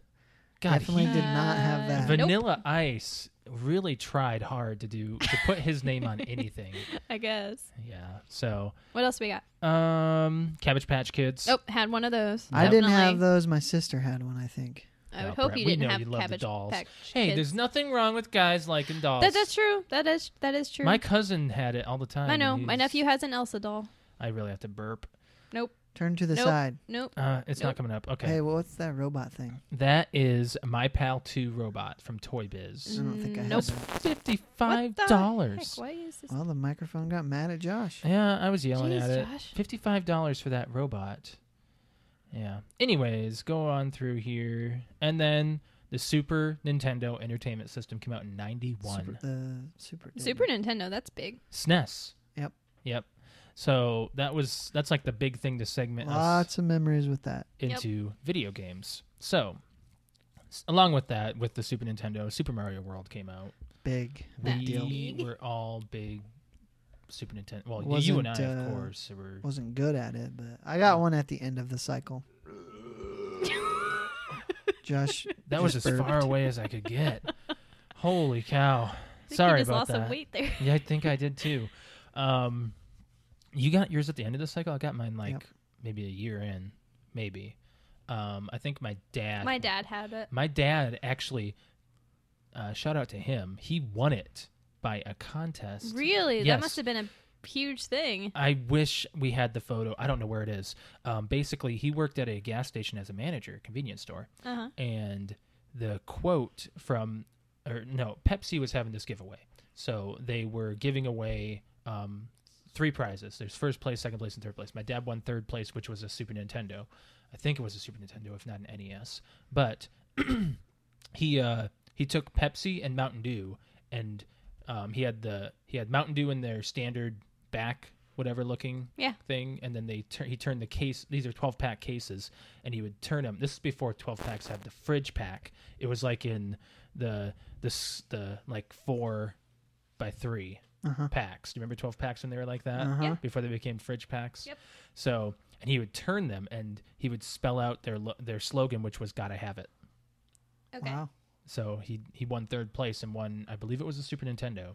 C: God,
B: Definitely
C: he-
B: did not have
A: Uh,
B: that.
A: Nope.
C: Vanilla Ice really tried hard to do to put his name on anything.
A: I guess.
C: Yeah. So,
A: What else we got?
C: um, Cabbage Patch Kids.
A: Oh, had one of those.
B: I didn't have
A: Definitely.
B: those. My sister had one, I think.
A: I would
C: Oh,
A: hope
C: Brett,
A: you
C: we
A: didn't
C: know
A: have
C: you love the
A: cabbage
C: dolls.
A: patch.
C: Hey,
A: Kids.
C: there's nothing wrong with guys liking dolls.
A: That, that's true. That is that is true.
C: My cousin had it all the time.
A: I know.
C: and
A: My
C: he's-
A: nephew has an Elsa doll.
C: I really have to burp.
B: Turn to the
A: Nope.
B: side.
A: Nope.
C: Uh, it's
A: Nope.
C: not coming up. Okay.
B: Hey, well, what's that robot thing?
C: That is My Pal 2 robot from Toy
B: I
C: Biz.
B: don't think I
A: Mm, Nope.
B: have that.
C: $55.
A: Heck, why is this?
B: Well, the microphone got mad at Josh.
C: Yeah, I was yelling
A: Jeez,
C: at it.
A: Josh.
C: Fifty-five dollars for that robot. Yeah. Anyways, go on through here, and then the Super Nintendo Entertainment System came out in
B: Super,
C: '91.
B: the Super. Nintendo.
A: Super Nintendo. That's big.
C: SNES.
B: Yep.
C: E Yep. So that was that's like the big thing to segment us
B: Lots of memories with that.
A: Yep.
C: into video games. So, s- along with that, with the Super Nintendo, Super Mario World came out.
B: Big,
A: That
B: big deal.
C: we
A: deal.
C: were all big Super Nintendo. Well, you
B: Wasn't,
C: and I, of
B: uh,
C: course, were.
B: Wasn't good at it, but I got one at the end of the cycle. Josh,
C: That was as
B: just
C: far
B: burped.
C: away as I could get. Holy cow!
A: I think
C: Sorry
A: you just
C: about
A: lost
C: that.
A: some weight there.
C: Yeah, I think I did too. Um, you got yours at the end of the cycle. I got mine like
B: Yep.
C: maybe a year in, maybe. Um, I think my dad.
A: My dad had it.
C: My dad actually. Uh, shout out to him. He won it by a contest.
A: Really? That
C: Yes.
A: must have been a huge thing.
C: I wish we had the photo. I don't know where it is. Um, basically, he worked at a gas station as a manager, convenience store,
A: Uh huh.
C: and the quote from or no pepsi was having this giveaway so they were giving away um, three prizes there's first place second place and third place my dad won third place which was a super nintendo i think it was a super nintendo if not an nes but he uh he took pepsi and mountain dew and um, he had the he had mountain dew in their standard back whatever looking
A: Yeah.
C: thing and then they tur- he turned the case these are 12 pack cases and he would turn them this is before 12 packs had the fridge pack it was like in the the s- the like four by 3
B: Uh-huh.
C: packs do you remember 12 packs when they were like that
B: Uh-huh.
A: Yeah.
C: before they became fridge packs
A: Yep.
C: so and he would turn them and he would spell out their lo- their slogan which was gotta have it
A: Okay.
B: Wow.
C: so he he won third place and won i believe it was a super nintendo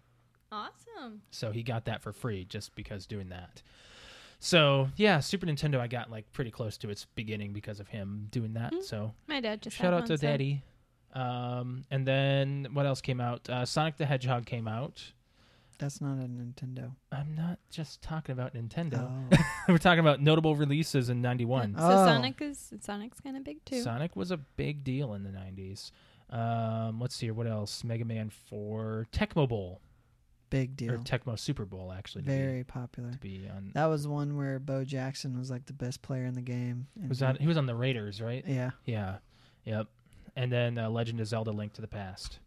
A: Awesome.
C: so he got that for free just because doing that. So yeah, Super Nintendo I got like pretty close to its beginning because of him doing that.
A: Mhm.
C: So
A: My dad just
C: shout
A: had
C: out
A: one,
C: to
A: so-
C: Daddy. Um, and then what else came out? Uh, Sonic the Hedgehog came out.
B: That's not a Nintendo.
C: I'm not just talking about Nintendo.
B: Oh.
C: We're talking about notable releases in '91.
A: So
B: Oh.
A: Sonic is Sonic's kind of big too.
C: Sonic was a big deal in the '90s. Um, let's see here. What else? Mega Man 4, Tecmo Bowl
B: Big deal.
C: or Tecmo Super Bowl actually. to be-
B: Very popular.
C: To be on.
B: That was one where Bo Jackson was like the best player in the game. and
C: Was that he was on the Raiders, right?
B: Yeah.
C: Yeah. Yep. And then uh, Legend of Zelda: Link to the Past.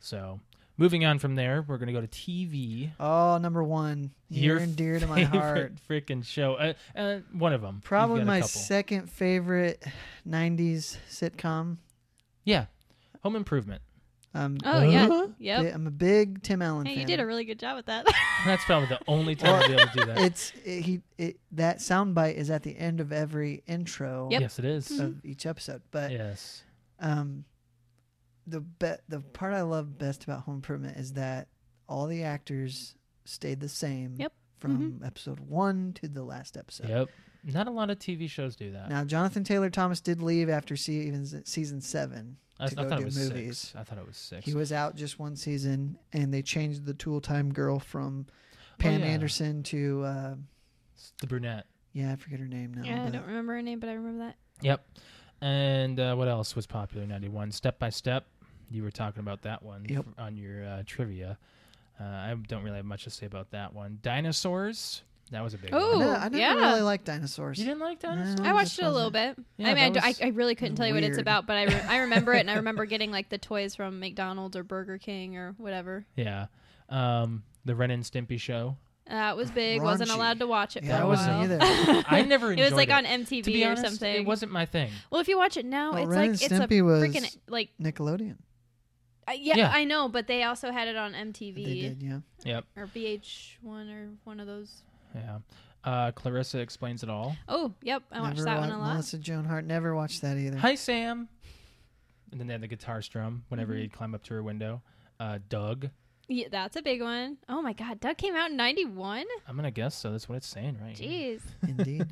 C: So, moving on from there, we're gonna go to TV.
B: Oh, number one. Near and dear to my heart.
C: Freaking show. Uh, uh, one of them.
B: Probably my second favorite '90s sitcom.
C: yeah. Home Improvement.
B: Um,
A: Oh yeah.
C: Huh?
A: Yep.
B: bi- I'm a big Tim Allen
A: Hey,
B: fan.
A: you did a really good job with that.
C: That's probably the only time I'll be able to do that.
B: it's it, he it, that soundbite is at the end of every intro
A: Yep. Mm-hmm.
C: Yes, it is.
B: of each episode. But
C: yes.
B: um, the be- the part I love best about Home Improvement is that all the actors stayed the same.
A: Yep. Mm-hmm.
B: From episode one to the last episode.
C: Yep. Not a lot of TV shows do that.
B: Now Jonathan Taylor Thomas did leave after season season seven.
C: I, I
B: to go
C: thought
B: do
C: it was
B: movies.
C: six. I thought it was six.
B: He was out just one season, and they changed the Tool Time girl from Pam
C: Oh, yeah.
B: Anderson to uh,
C: the brunette.
B: yeah, I forget her name now.
A: yeah, I
B: but
A: don't remember her name, but I remember that.
C: Yep. And uh, what else was popular in 91? Step by Step. You were talking about that one
B: Yep.
C: f- on your uh, trivia. Uh, I don't really have much to say about that one. Dinosaurs. That was a big
B: I
A: Oh,
C: one.
B: ne- I never
A: yeah.
B: really liked dinosaurs.
C: You didn't like dinosaurs?
B: No.
A: I
B: it
A: watched
B: just
A: it a little
B: wasn't-
A: bit.
C: Yeah,
A: I mean, I,
C: that
A: d- I-
C: was-
A: I really couldn't
B: was
A: tell you what it's
B: weird.
A: about, but I, re- I remember it, and I remember getting like the toys from McDonald's or Burger King or whatever.
C: Yeah. Um, the Ren and Stimpy show.
A: That was big. Wasn't
B: Raunchy.
A: allowed to watch it.
B: Yeah,
A: for
C: I
A: a
C: wasn't
A: while.
B: either.
C: I never
A: it was like
C: enjoyed
A: on
C: To
A: MTV
C: be
A: or
C: honest,
A: something.
C: it Oh, wasn't my thing.
A: Well, if you watch it now,
B: Well,
A: it's
B: Ren
A: like
B: and
A: it's
B: Stimpy
A: a
B: was-
A: freaking like
B: Nickelodeon.
A: uh, yeah,
C: Yeah.
A: I know, but they also had it on
B: They
A: MTV
B: did, yeah.
C: Yep.
A: or VH1 or one of those.
C: Yeah. Uh, Clarissa explains it all.
A: Oh, yep, I watched
B: Never
A: that
B: wa-
A: one a lot.
B: Melissa Joan Hart never watched that either.
C: Hi, Sam. And then they had the guitar strum whenever
A: Mhm.
C: he'd climb up to her window. uh, Doug.
A: Yeah, that's a big one. Oh my God, Doug came out in '91.
C: I'm gonna guess so. That's what it's saying, right? here.
A: Jeez.
B: Indeed.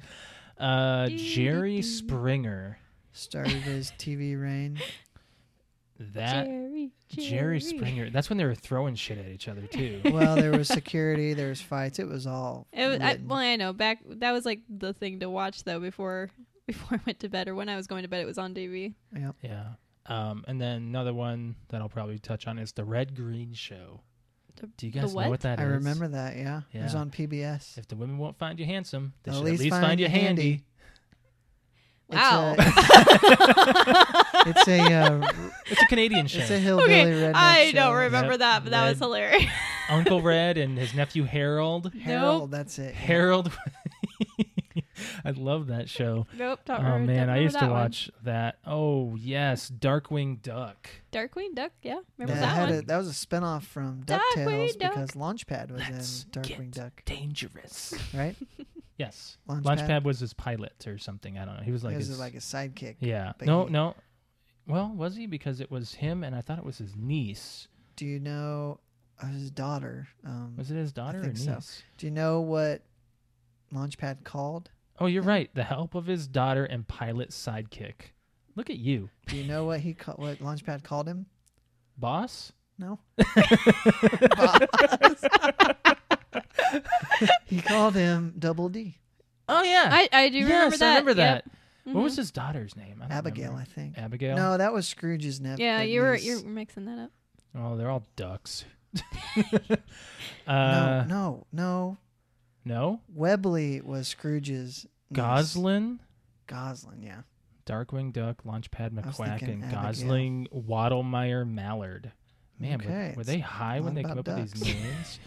C: Uh,
A: Doo doo
C: Jerry
A: doo.
C: Springer.
B: Started his TV reign.
C: That
A: Jerry,
C: Jerry Springer. That's when they were throwing shit at each other too.
B: Well, there was security, there was fights. It was all.
A: It was, I,
B: written.
A: well, I know back that was like the thing to watch though before before I went to bed or when I was going to bed. It was on TV.
C: yeah. Um, and then another one that I'll probably touch on is the Red Green Show.
A: The-
C: Do you guys know
A: what?
C: what that
B: I
C: is?
B: remember that. Yeah. it was
C: Yeah.
B: on PBS.
C: If the women won't find you handsome, they
B: At
C: should
B: least
C: at least find, you handy.
B: It's
A: Wow.
B: A, it's a uh,
C: It's a Canadian show.
B: it's a hillbilly
A: okay,
B: redneck.
A: I
B: show.
A: don't remember
C: Yep.
A: that, but that was
C: Red-
A: hilarious.
C: Uncle Red and his nephew Harold.
B: Harold, that's it. yeah.
C: Harold. I love that show.
A: Nope. Don't
C: oh
A: remember,
C: man,
A: don't
C: I used
A: remember
C: to
A: that one.
C: watch that. Oh yes, Darkwing Duck.
A: Darkwing Duck. Yeah, remember
B: That,
A: that
B: had
A: one?
B: a, that was a spinoff from
A: Darkwing
B: DuckTales
A: Duck.
B: because Launchpad was
C: Let's
B: in Darkwing
C: get-
B: Duck,
C: Dangerous.
B: right?
C: Yes,
B: Launchpad,
C: Launchpad was his pilot or something. I don't know. He was like
B: He was
C: his.
B: like a sidekick.
C: yeah.
B: but
C: No,
B: he-
C: no. Well, was he? Because it was him, and I thought it was his niece.
B: Do you know uh, his daughter? Um,
C: Was it his daughter or
B: think
C: niece?
B: so. do you know what Launchpad called?
C: Oh, you're right. The help of his daughter and pilot sidekick. Look at you,
B: Do you know what he ca- what Launchpad called him?
C: boss.
B: No. he called him Double D.
C: Oh yeah.
A: I, I do
C: yes,
A: remember that.
C: I remember
A: Yep.
C: that. What was
A: Mhm.
C: his daughter's name? I don't
B: Abigail,
C: remember.
B: I think.
C: Abigail.
B: No, that was Scrooge's nephew.
A: Yeah, you were you're mixing that up.
C: Oh, they're all ducks.
B: No,
C: uh,
B: no, no.
C: no.
B: Webley was Scrooge's. niece.
C: Goslin,
B: Goslin, yeah.
C: Darkwing Duck, Launchpad
B: I was
C: McQuack,
B: thinking
C: and
B: Abigail.
C: Gosling, Waddlemeyer, Mallard. Man, were-
B: Okay,
C: were,
B: it's
C: they high
B: lot
C: when they came up
B: about
C: with
B: ducks.
C: these names?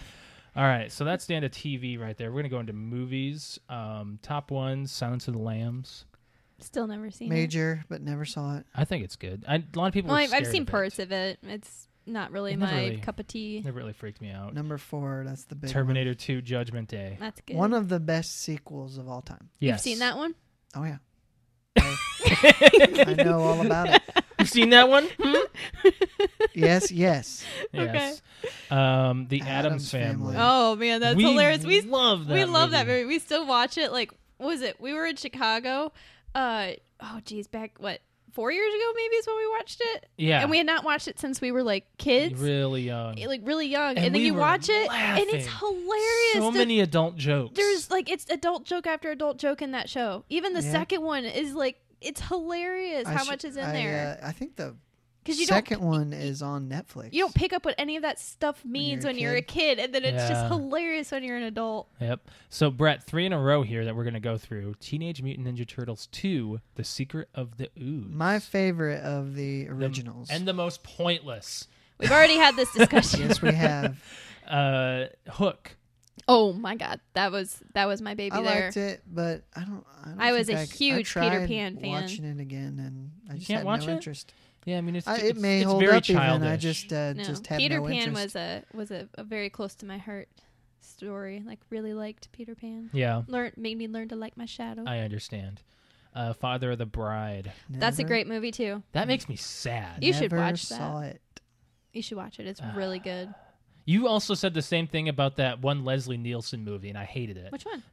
C: all right, so that's the end of TV right there. We're gonna go into movies. Um, top one, Silence of the Lambs.
A: Still never seen it.
B: Major, but never saw it.
C: I think it's good. I, a lot of people.
A: Well,
C: were
A: I've, I've
C: scared
A: seen
C: of it.
A: parts of it. It's not really
C: It never
A: my
C: really-
A: cup of tea.
C: It really freaked me out.
B: Number four, that's the big
C: Terminator Two: Judgment Day.
A: That's good.
B: One. one of the best sequels of all time.
A: You've
C: Yes.
A: seen that one?
B: Oh yeah. I, I know all about it.
C: You've seen that one?
B: Yes, yes.
C: Yes. Um, the Adams,
B: Addams
C: Family.
B: Family.
A: Oh man, that's
C: we
A: hilarious. We
C: love that.
A: we love that
C: movie.
A: movie. We still watch it. Like, what was it? We were in Chicago. Uh oh, geez, back what four years ago maybe is when we watched it,
C: Yeah.
A: and we had not watched it since we were like kids, eh,
C: really young.
A: like really young. And,
C: And
A: then
C: we
A: you
C: were
A: watch it, and it's
C: laughing.
A: hilarious.
C: So
A: The-
C: many adult jokes.
A: there's like it's adult joke after adult joke in that show. Even the
B: Yeah.
A: second one is like it's hilarious.
B: I
A: how
B: sh-
A: much is in
B: I,
A: there?
B: Uh, I think the
A: Because you don't
B: second one is on Netflix.
A: you don't pick up what any of that stuff
B: you're
A: means
B: a
A: when you're a kid, and then it's
C: Yeah.
A: just hilarious when you're an adult.
C: Yep. So Brett, three in a row here that we're gonna go through. Teenage Mutant Ninja Turtles two: The Secret of the Ooze.
B: My favorite of the originals.
C: and the most pointless.
A: We've already had this discussion.
B: yes, we have.
C: Uh, Hook.
A: oh my god, that was that was my baby
B: I
A: there.
B: liked it, but I don't. I, don't
A: I was
B: think
A: a
B: c-
A: huge Peter
B: tried
A: Pan fan.
B: Watching it again, and I just
C: can't
B: had
C: watch
B: no
C: it?
B: interest.
C: Yeah, I mean it's
B: I,
C: it's-
B: it may
C: it's
B: hold
C: very
B: up
C: childish.
B: even. I just uh,
A: No,
B: just had
A: Peter
B: no
A: Pan was
B: interest.
A: a was a, a very close to my heart story. Like really liked Peter Pan.
C: yeah,
A: Learned made me learn to like my shadow.
C: I understand. Uh, Father of the Bride.
A: That's a
B: Never-
A: great movie too.
C: That makes me sad.
A: You should
B: never
A: watch that.
B: Saw it.
A: You should watch it. It's
C: Ah,
A: really good.
C: You also said the same thing about that one Leslie Nielsen movie, and I hated it.
A: Which one?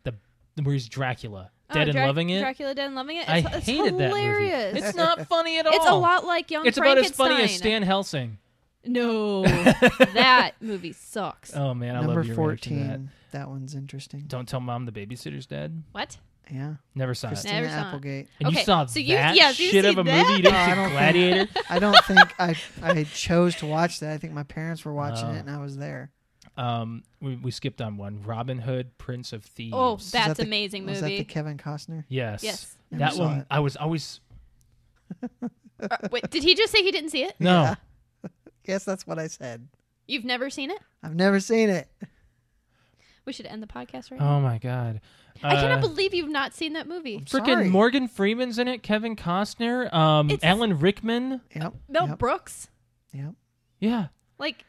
C: Where he's Dracula, dead and
A: Drac-
C: loving it.
A: Dracula Dead and Loving It. It's,
C: I
A: it's
C: hated that
A: hilarious.
C: movie. It's not funny at all.
A: It's a lot like Young
C: It's about as
A: Frankenstein.
C: funny as Stan Helsing.
A: No, that movie sucks.
C: Oh man, I
B: Number
C: love your reaction to
B: fourteen.
C: that.
B: That. one's interesting.
C: Don't tell mom the babysitter's dead.
A: What?
B: Yeah,
C: Never saw it.
B: Christina
A: Never saw it.
B: Applegate.
C: And
A: Okay,
C: you saw
A: so
C: that
A: you- yeah, so you
C: shit of
A: see that?
C: a movie. You
B: No,
C: didn't
B: I
C: see
B: don't think-
C: Gladiator.
B: I don't think I I chose to watch that. I think my parents were watching
C: Oh.
B: it, and I was there.
C: um, we, we skipped on one. Robin Hood, Prince of Thieves.
A: Oh, that's
B: that the-
A: amazing
B: Was that
A: movie.
B: the Kevin Costner?
C: yes,
A: yes.
B: Never
C: that
B: saw
C: one.
B: it.
C: I was always
A: Uh, wait, did he just say he didn't see it?
C: no.
B: Yeah. Yes, that's what I said.
A: You've never seen it?
B: I've never seen it.
A: We should end the podcast right now.
C: Oh my god.
A: I cannot
C: Uh,
A: believe you've not seen that movie.
C: Freaking
B: Sorry.
C: Morgan Freeman's in it. Kevin Costner. Um,
A: It's-
C: Alan Rickman.
B: Yep.
A: Mel
B: yep,
A: Brooks,
B: yep.
C: Yeah.
A: like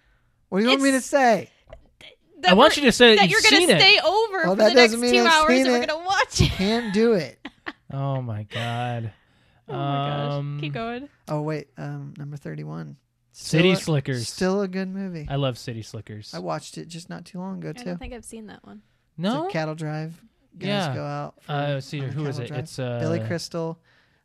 B: What do you want me to
A: It's-
B: say?
A: that
C: I want
A: we're-
C: you to say that,
A: that
C: you've
A: you're gonna
C: seen it.
A: stay over
B: Well,
A: for
B: that
A: the next
B: doesn't mean
A: two
B: I've
A: hours
B: seen
A: and we're
B: it.
A: gonna watch it.
B: Can't do it.
C: Oh my god.
A: Oh my gosh.
C: Um,
A: Keep going.
B: Oh wait, um, number thirty-one. Still
C: City
B: a-
C: Slickers.
B: Still a good movie.
C: I love City Slickers.
B: I watched it just not too long ago
A: I
B: too.
A: don't think I've seen that one.
C: no.
B: It's a cattle drive. Guys
C: Yeah.
B: go out. for-
C: Uh, see,
B: on a
C: who was
B: cattle
C: it?
B: drive.
C: It's uh,
B: Billy Crystal,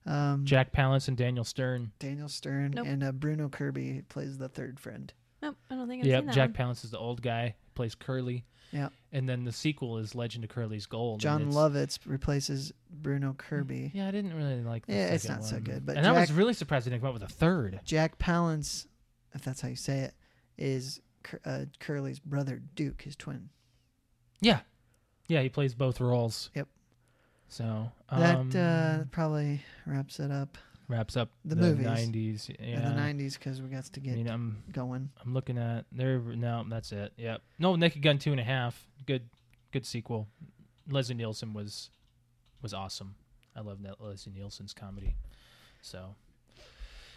B: um,
C: Jack Palance, and Daniel Stern.
B: Daniel Stern,
A: Nope.
B: and uh, Bruno Kirby plays the third friend.
A: Nope, I don't think I've
C: Yep,
A: seen that
C: Jack
A: one.
C: Palance is the old guy, plays Curly.
B: Yeah.
C: And then the sequel is Legend of Curly's Gold. and
B: John
C: it's-
B: Lovitz replaces Bruno Kirby.
C: Yeah, I didn't really like. The
B: Yeah, it's
C: second
B: not so
C: one.
B: good, but
C: and I was
B: Jack-
C: really surprised they didn't come up with a third.
B: Jack Palance, if that's how you say it, is Cur- uh, Curly's brother Duke, his twin.
C: Yeah, yeah, he plays both roles.
B: Yep.
C: So um,
B: That uh, probably wraps it up
C: wraps up
B: the movies.
C: '90s. Yeah.
B: in the '90s because we got to
C: I
B: get
C: mean, I'm
B: going.
C: I'm looking at there. No, that's it. Yep. No, Naked Gun two and a half. Good, good sequel. Leslie Nielsen was was awesome. I love that Leslie Nielsen's comedy. So,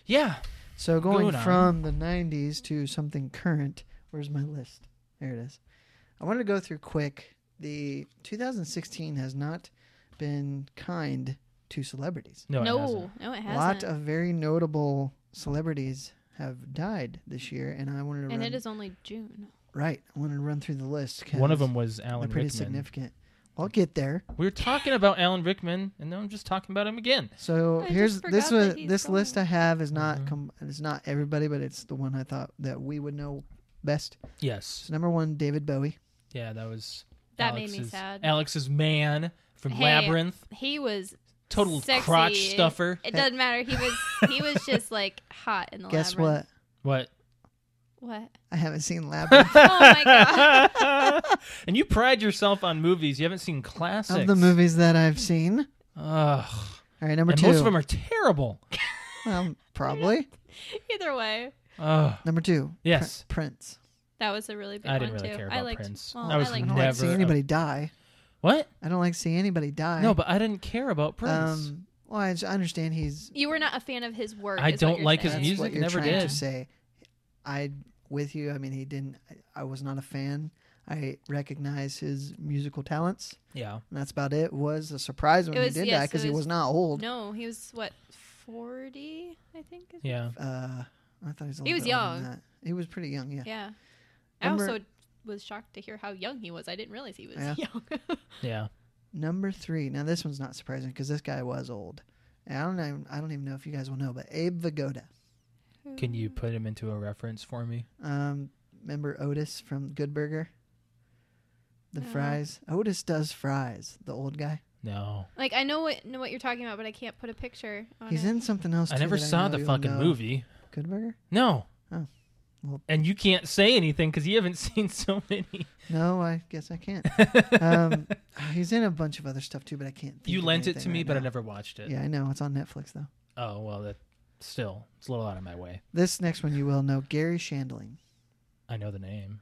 C: yeah,
B: So going
C: Going on.
B: from the '90s to something current. Where's my list? There it is. I want to go through quick. The 2016 has not been kind to celebrities.
C: no, it
A: no,
C: hasn't.
A: no, it
B: A lot
A: hasn't.
B: of very notable celebrities have died this year, and I wanted to
A: and
B: run
A: it is only June.
B: right. I wanted to run through the list. 'cause
C: One of them was Alan
B: they're pretty
C: Rickman.
B: significant. I'll get there.
C: We were talking about Alan Rickman, and now I'm just talking about him again.
B: So
A: I
B: here's
A: just
B: this
A: forgot that
B: was
A: he's
B: this list I
A: gone.
B: have is not
C: Mhm.
B: com- it's not everybody, but it's the one I thought that we would know best.
C: Yes.
B: So number one, David Bowie.
C: Yeah, that was.
A: That made me
C: Alex's-
A: sad.
C: Alex's man from
A: Hey.
C: Labyrinth,
A: He was.
C: total
A: Sexy.
C: crotch stuffer.
A: It doesn't matter. He was. He was just like hot in the.
B: Guess
A: Oh, labyrinth.
B: what?
C: What?
A: what? What?
B: I haven't seen Labyrinth
A: Oh my god.
C: and you pride yourself on movies. You haven't seen classics
B: of the movies that I've seen.
C: Ugh.
B: All right, number
C: and
B: two.
C: most of them are terrible.
B: um, probably
A: Either way,
C: Ugh.
B: number two.
C: Yes.
B: Pri- Prince.
A: that was a really big
C: I didn't
A: one
C: really
A: too.
C: care
A: I
C: about
A: liked.
C: Prince.
A: Well,
C: I was
A: Oh, I liked
B: I don't like
C: never
B: seeing
C: a-
B: anybody die.
C: What?
B: I don't like seeing anybody die.
C: No, but I didn't care about Prince.
B: um, well, I just- I understand he's
A: You were not a fan of his work.
C: I
A: is what
C: don't
A: you're
C: like his
A: saying.
B: that's
C: music
B: what you're
C: never
B: trying to
C: did.
B: say. I with you. I mean, he didn't. I, I was not a fan. I recognize his musical talents.
C: yeah.
B: And that's about it. it. Was a surprise when
A: It
B: he
A: was-
B: did
A: yes,
B: that because
A: it
B: he
A: was-
B: was not old.
A: No, he was what forty, I think. is-
C: Yeah.
B: Uh, I thought he was. A little
A: He was
B: bit older than
A: young.
B: that. He was pretty young. Yeah.
A: Yeah.
B: Number-
A: I also was shocked to hear how young he was. I didn't realize he was
B: Yeah.
A: young.
C: Yeah.
B: Number three. Now this one's not surprising because this guy was old. And I don't know. I don't even know if you guys will know, but Abe Vigoda.
C: Can you put him into a reference for me?
B: Um, remember Otis from Good Burger? The
A: No.
B: fries. Otis does fries. The old guy.
C: No.
A: Like I know what know what you're talking about, but I can't put a picture on
B: He's
A: it.
B: in something else.
C: I
B: too
C: never
B: that
C: saw
B: know
C: the
B: you'll
C: fucking
B: know.
C: movie.
B: Good Burger.
C: No.
B: Oh. Well-
C: And you can't say anything because you haven't seen so many.
B: No, I guess I can't. um, he's in a bunch of other stuff too, but I can't. Think
C: you
B: of
C: lent it to
B: anything
C: me,
B: right
C: but I
B: now.
C: never watched it.
B: Yeah, I know it's on Netflix though.
C: Oh well, that still it's a little out of my way.
B: This next one you will know, Gary Shandling,
C: I know the name.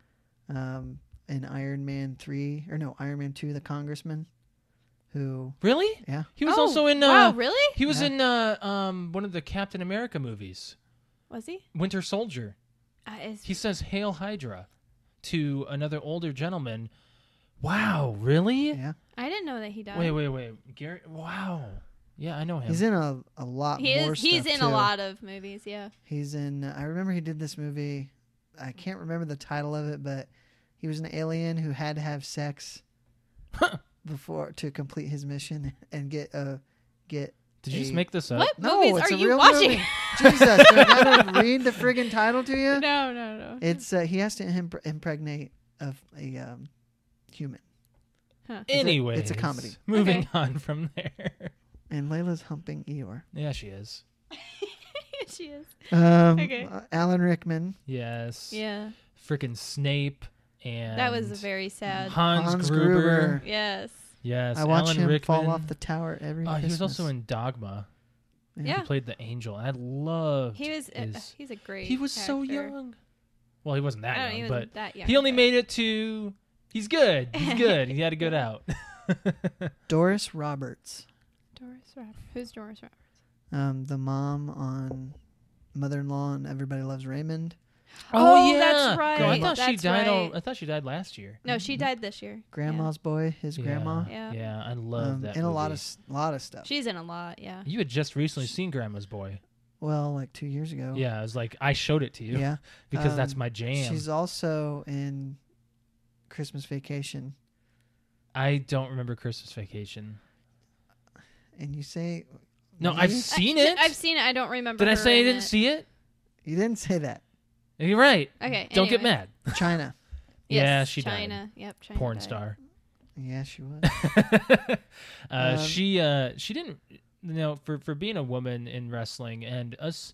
B: um, in Iron Man three or no Iron Man two, the Congressman, who
C: Really?
B: yeah
C: He was
A: Oh,
C: also in. Uh,
A: wow, really?
C: He was
B: Yeah.
C: in uh, um, one of the Captain America movies,
A: Was he?
C: Winter Soldier.
A: Uh, is,
C: He says "Hail Hydra" to another older gentleman. Wow, really?
B: yeah
A: I didn't know that he died.
C: Wait, wait, wait, Gary. Wow. Yeah, I know him.
B: he's in a a lot
A: He
B: more
A: is. He's
B: stuff,
A: in
B: too.
A: a lot of movies. Yeah.
B: He's in. uh, I remember he did this movie. I can't remember the title of it, but he was an alien who had to have sex before to complete his mission and get a get.
C: Did you just
B: a-
C: make this up?
A: what
B: No,
A: movies
B: it's
A: are
B: a
A: you
B: real
A: watching?
B: movie. Jesus, do I gotta read the friggin' title to you?
A: no, no, no.
B: It's uh, he has to impre- impregnate a, a um, human.
C: Anyway,
B: it's a comedy.
C: Moving
A: Okay.
C: on from there.
B: And Layla's humping Eeyore.
C: yeah, she is.
A: she is.
B: Um,
A: Okay.
B: uh, Alan Rickman,
C: Yes.
A: Yeah.
C: Freaking Snape and
A: That was very sad.
C: Hans,
B: Hans
C: Gruber.
B: Gruber.
A: Yes.
C: Yes.
B: I watch
C: Alan
B: him
C: Rickman.
B: fall off the tower every.
C: Oh, he was
B: Christmas.
C: also in Dogma.
A: Yeah.
C: He played the angel. I loved.
A: He was. Uh,
C: his-
A: he's a great.
C: he was so
A: actor.
C: young. Well, he wasn't
A: I
C: that
A: don't
C: young,
A: even
C: but
A: that young.
C: he only
A: but-
C: made it to. He's good. He's good. he had a good out.
B: Doris Roberts,
A: Doris Roberts. Who's Doris Roberts?
B: um, the mom on Mother-in-Law and Everybody Loves Raymond.
A: Oh, that's right.
C: No, I thought she
A: That's
C: died. al-
A: right.
C: I thought she died last year.
A: No, she
B: Mm-hmm.
A: died this year.
B: Grandma's boy, his grandma,
C: Yeah.
A: Yeah.
C: Yeah, I love
B: um,
C: that.
B: and a lot of
C: movie.
B: s- lot of stuff.
A: She's in a lot. Yeah.
C: You had just recently seen Grandma's Boy.
B: well, like two years ago.
C: Yeah, I was like, I showed it to you
B: Oh. Yeah.
C: because that's
B: Um,
C: my jam.
B: She's also in Christmas Vacation,
C: I don't remember Christmas Vacation.
B: and you say
C: No,
B: you
C: I've
B: didn't-
C: seen
A: I,
C: it.
A: I've seen it. I don't remember.
C: Did I
A: her
C: say I
A: in
C: didn't
A: it.
C: see it?
B: you didn't say that.
C: You're right.
A: Okay.
C: Don't get
A: anyway.
C: mad.
B: China.
A: Yes,
C: yeah, she died.
A: China. Yep. China.
C: Porn
A: died.
C: star.
B: yeah, she was.
C: uh,
B: Um,
C: she uh, she didn't you know for for being a woman in wrestling and us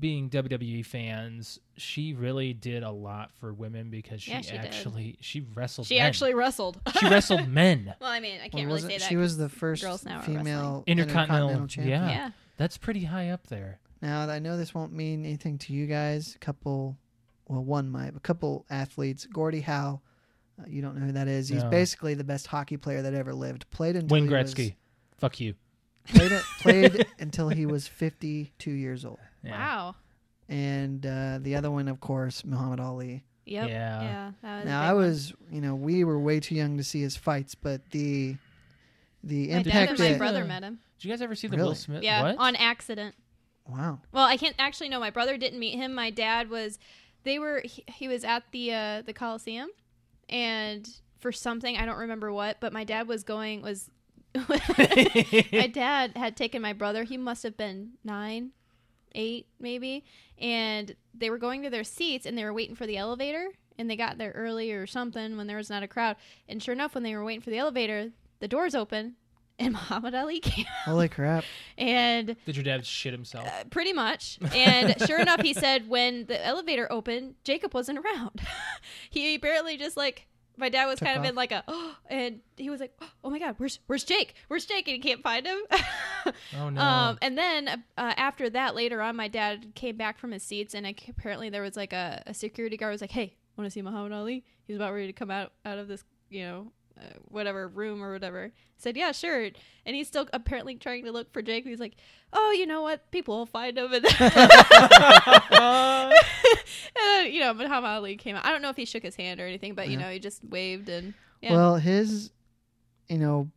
C: being WWE fans, she really did a lot for women because she,
A: Yeah, she did.
C: actually she wrestled.
A: She
C: men.
A: actually wrestled.
C: she wrestled men.
A: well, I mean, I
B: Well,
A: can't really
B: wasn't-
A: say that.
B: She was the first
A: girls now are
B: female
C: Intercontinental,
B: champion.
C: yeah.
A: yeah.
C: That's pretty high up there.
B: Now I know this won't mean anything to you guys. A couple, well, one might. A couple athletes. Gordie Howe. Uh, you don't know who that is. He's
C: No.
B: basically the best hockey player that ever lived. Played until
C: Wayne
B: he was-
C: Gretzky, fuck you.
B: played played until he was 52 years old.
C: Yeah.
A: Wow.
B: And uh, the other one, of course, Muhammad Ali.
A: Yep.
C: Yeah.
A: Yeah. that was a
B: now
A: big
B: I
A: one.
B: was, you know, we were way too young to see his fights, but the the
A: My dad
B: impact
A: and my
B: that
A: brother
C: Yeah.
A: met him.
C: Did you guys ever see the Will
B: Really?
C: Smith?
A: Yeah,
C: Uh, What?
A: on accident.
B: wow,
A: Well, I can't actually. No, my brother didn't meet him. My dad was. They were. He, he was at the uh, the Coliseum, and for something I don't remember what, but my dad was going was. my dad had taken my brother. He must have been nine, eight maybe, and they were going to their seats and they were waiting for the elevator. And they got there early or something when there was not a crowd. And sure enough, when they were waiting for the elevator, the doors open and Muhammad Ali came.
B: holy crap!
A: And
C: Did your dad shit himself?
A: uh, pretty much. And sure enough, he said when the elevator opened, Jacob wasn't around. he barely just like my dad was
B: Took
A: kind
B: off.
A: of in like a oh, and he was like, "Oh my god, where's where's Jake? Where's Jake?" and he can't find him.
C: oh no.
A: Um, and then uh, after that, later on, my dad came back from his seats, and I c apparently there was like a, a security guard was like, "Hey, want to see Muhammad Ali? He's about ready to come out out of this, you know, uh, whatever room or whatever." Said, "Yeah, sure." And he's still apparently trying to look for Jake. He's like, "Oh, you know what? People will find him." And then, and then, you know, Muhammad Ali came out. I don't know if he shook his hand or anything, but you
B: Yeah.
A: know, he just waved and yeah,
B: Well, his, you know,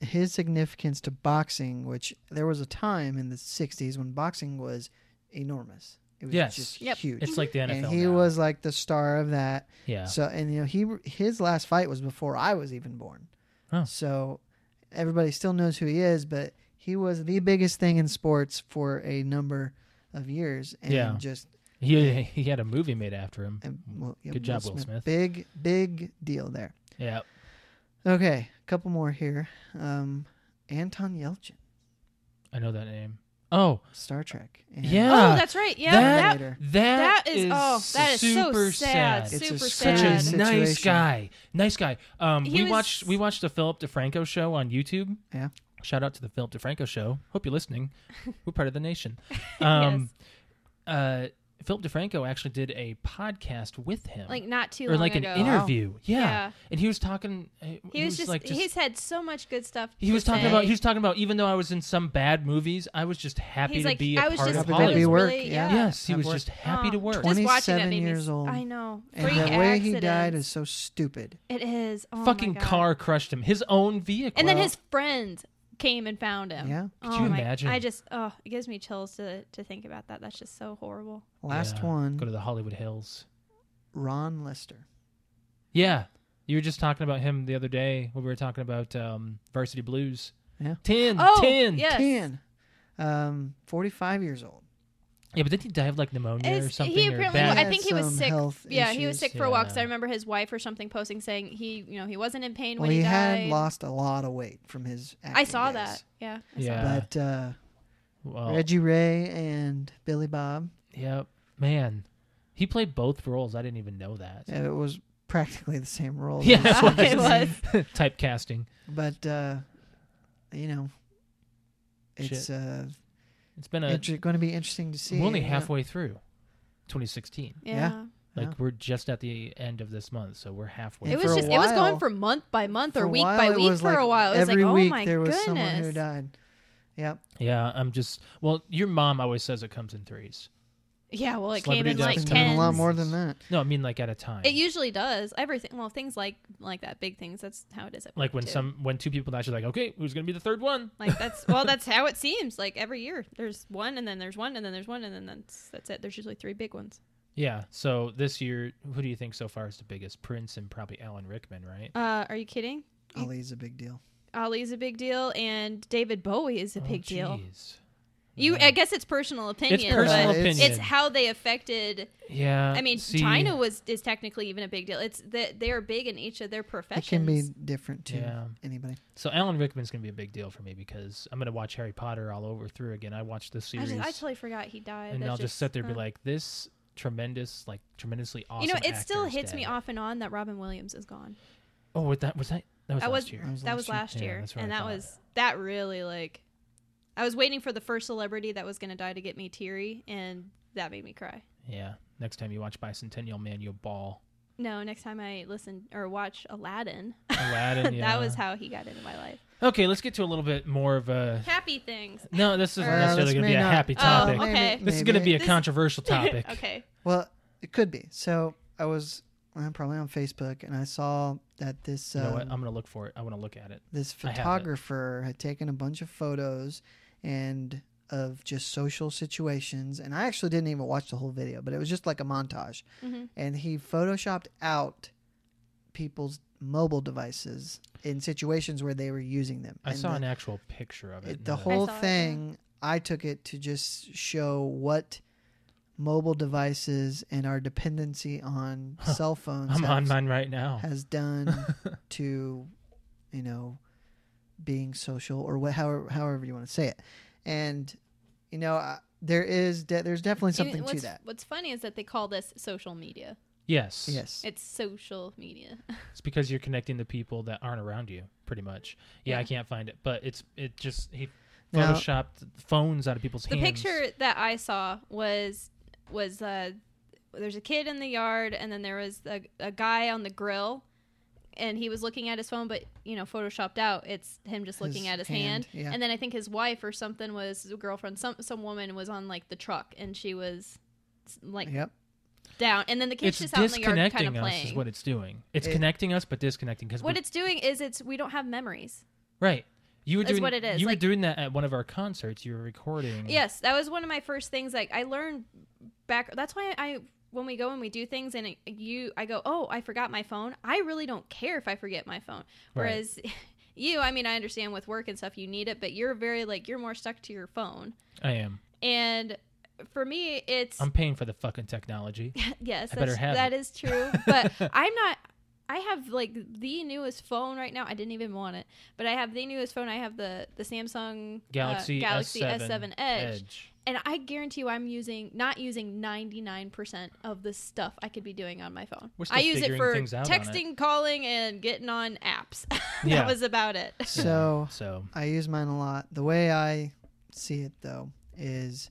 B: his significance to boxing, which there was a time in the '60s when boxing was enormous. It was
C: Yes.
B: just
A: Yep.
B: huge.
C: it's like the NFL.
B: and he
C: now.
B: was like the star of that.
C: Yeah.
B: So and you know he his last fight was before I was even born.
C: Huh.
B: So everybody still knows who he is, but he was the biggest thing in sports for a number of years and
C: Yeah.
B: just
C: He he had a movie made after him.
B: and, well, yeah,
C: Good job, Will Smith.
B: Big big deal there.
C: Yeah.
B: Okay, a couple more here. Um Anton Yelchin,
C: I know that name. Oh,
B: Star Trek. And
C: yeah.
A: oh, that's right, yeah,
C: That-
A: that
B: Terminator.
A: That is, oh, that is so sad.
B: It's a
A: Super
B: sad
A: sad.
C: Such a
B: situation.
C: nice guy. Nice guy. Um,
A: He
C: we
A: was-
C: watched we watched the Philip DeFranco show on YouTube.
B: Yeah.
C: Shout out to the Philip DeFranco show. Hope you're listening. We're part of the nation. Um, uh, Philip DeFranco actually did a podcast with him,
A: like not too
C: or
A: long
C: like
A: ago. Oh.
C: an interview. Yeah.
A: Yeah.
C: and he was talking. uh,
A: He was just,
C: like just
A: he's had so much good stuff.
C: He
A: to
C: was talking
A: say.
C: about he was talking about even though I was in some bad movies, I was just happy
A: He's
C: to
A: like,
C: be a
A: I was
C: part
A: just
C: of
B: Happy
A: I
B: to
C: Hollywood.
A: was
B: be work,
A: really-
B: yeah.
C: Yes, he
B: I've
C: was
B: worked-
C: just happy to
A: Oh,
C: work.
A: Just watching
B: 27
A: that made me-
B: years old.
A: I know.
B: And
A: Oh, Freak
B: the way he died
A: accidents.
B: is so stupid.
A: It is. Oh my
C: Fucking
A: God.
C: car crushed him. His own vehicle.
A: And then
B: Well-
A: his friend came and found him.
B: Yeah.
A: Could
C: you imagine?
A: I just oh, it gives me chills to to think about that. That's just so horrible.
B: Last
C: Yeah.
B: one,
C: Go to the Hollywood Hills.
B: Ron Lester.
C: Yeah. You were just talking about him the other day when we were talking about um, Varsity Blues.
B: Yeah.
C: 10,
A: Oh,
C: 10.
A: yeah. Yes.
B: 10. Um, 45 years old.
C: Yeah, but didn't he die of like pneumonia or
A: It's-
C: something?
A: he
C: or
A: apparently,
C: bad-
A: I
B: He
A: think
B: had
A: he was
B: some
A: sick.
B: health
A: Yeah, he was
B: issues.
A: sick for a while because I
C: Yeah.
A: remember his wife or something posting saying he, you know, he wasn't in pain
B: Well,
A: when
B: he,
A: he, died.
B: had lost a lot of weight from his.
A: I
B: acting
A: saw
B: days.
A: that. Yeah. I saw
C: Yeah.
A: that.
B: But uh,
C: well,
B: Reggie Ray and Billy Bob,
C: yeah, man. He played both roles. I didn't even know that.
B: uh, it was practically the same role.
C: Yeah,
B: They
C: that's what
A: it was.
C: Typecasting.
B: But, uh, you know, it's uh,
C: It's been a.
B: inter- going to be interesting to see.
C: we're only
B: you know.
C: halfway through 2016.
A: yeah.
C: Like
B: Yeah.
C: we're just at the end of this month, so we're halfway.
B: And
A: It was
C: through.
B: for a
A: just it was going
B: while-
A: from month by month
B: For
A: or
B: a
A: week
B: while,
A: by
B: it
A: week
B: was
A: for
B: like
A: a while. It was
B: every
A: like, oh
B: week
A: my
B: there was
A: goodness.
B: someone who died. Yep.
C: yeah. I'm just well. Your mom always says it comes in threes.
A: Yeah, well, it
C: Celebrity
A: came in like
C: Deaths
B: It's
C: Toll.
B: been a
A: ten.
B: lot more than that.
C: No, I mean like at a time.
A: It usually does everything. Well, things like like that, big things. That's how it is. At
C: like
A: work,
C: when
A: too.
C: some when two people die, she's like, okay, who's gonna be the third one?
A: like that's well, that's how it seems. Like every year, there's one, and then there's one, and then there's one, and then that's that's it. There's usually three big ones.
C: Yeah. So this year, who do you think so far is the biggest? Prince and probably Alan Rickman, right?
A: Uh, are you kidding?
B: Ali's a big deal.
A: Ollie's a big deal, and David Bowie is a
C: Oh,
A: big deal.
C: jeez.
A: You,
C: Yeah.
A: I guess it's personal opinion.
C: It's personal
B: Uh,
A: but
C: opinion.
A: It's how they affected.
C: yeah.
A: I mean,
C: Uh, see,
A: China was is technically even a big deal. It's that they are big in each of their
B: It
A: professions.
B: can be different to
C: Yeah.
B: anybody.
C: So Alan Rickman's gonna be a big deal for me because I'm gonna watch Harry Potter all over through again. I watched the
A: I,
C: series,
A: just, I totally forgot he died.
C: and
A: That's
C: I'll just, sit there and
A: uh,
C: be like, this tremendous, like tremendously awesome.
A: you know, it still
C: actor is
A: hits me
C: dead.
A: off and on that Robin Williams is gone.
C: Oh, what that was that that was
A: I
C: last
A: was-
C: year.
B: That was
A: that
B: last
A: was
B: year.
A: last
C: Yeah,
A: year,
C: that's what
A: and
C: I
A: that
C: thought.
A: was that really like. I was waiting for the first celebrity that was going to die to get me teary, and that made me cry.
C: Yeah. Next time you watch Bicentennial Man, you'll ball.
A: No, next time I listen or watch Aladdin,
C: Aladdin. Yeah.
A: that was how he got into my life.
C: Okay, let's get to a little bit more of a.
A: Happy things.
C: No, this isn't
A: Well,
C: necessarily
B: uh, this
C: going to
B: may
C: be a
B: not-
C: happy
A: Oh,
C: topic.
A: okay.
C: This is going to
B: maybe.
C: be a
A: This-
C: controversial topic.
A: okay.
B: Well, it could be. So I was I'm probably on Facebook, and I saw that this
C: You know
B: um,
C: what? I'm going to look for it. I want to look at it.
B: this
C: I have it.
B: photographer had taken a bunch of photos and of just social situations. And I actually didn't even watch the whole video, but it was just like a montage.
A: Mhm.
B: And he photoshopped out people's mobile devices in situations where they were using them.
C: I
B: And
C: saw
B: the-
C: an actual picture of it.
B: it, the
C: No.
B: whole
A: saw it, yeah.
B: thing i took it to just show what mobile devices and our dependency on
C: Huh.
B: cell phones
C: I'm
B: have-
C: on mine right now.
B: has done to you know being social or what however, however you want to say it and you know I, there is de- there's definitely something
A: what's,
B: to that
A: What's funny is that they call this social media.
C: yes.
B: yes
A: It's social media.
C: It's because you're connecting to people that aren't around you, pretty much. Yeah, I
A: Yeah.
C: can't find it, but it's it just he
B: Now-
C: photoshopped phones out of people's
A: The
C: hands.
A: picture that I saw was was uh, there's a kid in the yard, and then there was a, a guy on the grill, and he was looking at his phone, but you know, photoshopped out. It's him just looking
B: His
A: at his
B: hand,
A: hand.
B: yeah.
A: And then I think his wife or something was his girlfriend. Some some woman was on like the truck, and she was like
B: yep
A: down, and then the kid's
C: It's
A: just out in the yard, kind of
C: disconnecting us
A: playing.
C: is what it's doing. It's
B: It-
C: connecting us, but disconnecting because
A: what it's doing is it's we don't have memories.
C: right. You were
A: is
C: doing
A: what it is,
C: You
A: like-
C: were doing that at one of our concerts. You were recording.
A: Yes, that was one of my first things. Like I learned back. That's why I when we go and we do things and it, you, I go, oh, I forgot my phone. I really don't care if I forget my phone. Whereas you, I mean, I understand with work and stuff you need it, but you're very like you're more stuck to your phone.
C: I am.
A: And for me, it's
C: I'm paying for the fucking technology.
A: yes,
C: I better
A: that's,
C: have
A: that
C: it.
A: is true. But I'm not. I have like the newest phone right now. I didn't even want it, but I have the newest phone. I have the the Samsung uh,
C: Galaxy,
A: Galaxy
C: S7,
A: Edge, and I guarantee you, I'm using not using 99% of the stuff I could be doing on my phone.
C: We're still
A: I use it
C: figuring
A: for
C: things out on it.
A: texting, calling, and getting on apps. that
C: Yeah.
A: was about it.
B: so
C: Yeah, so
B: I use mine a lot. The way I see it though is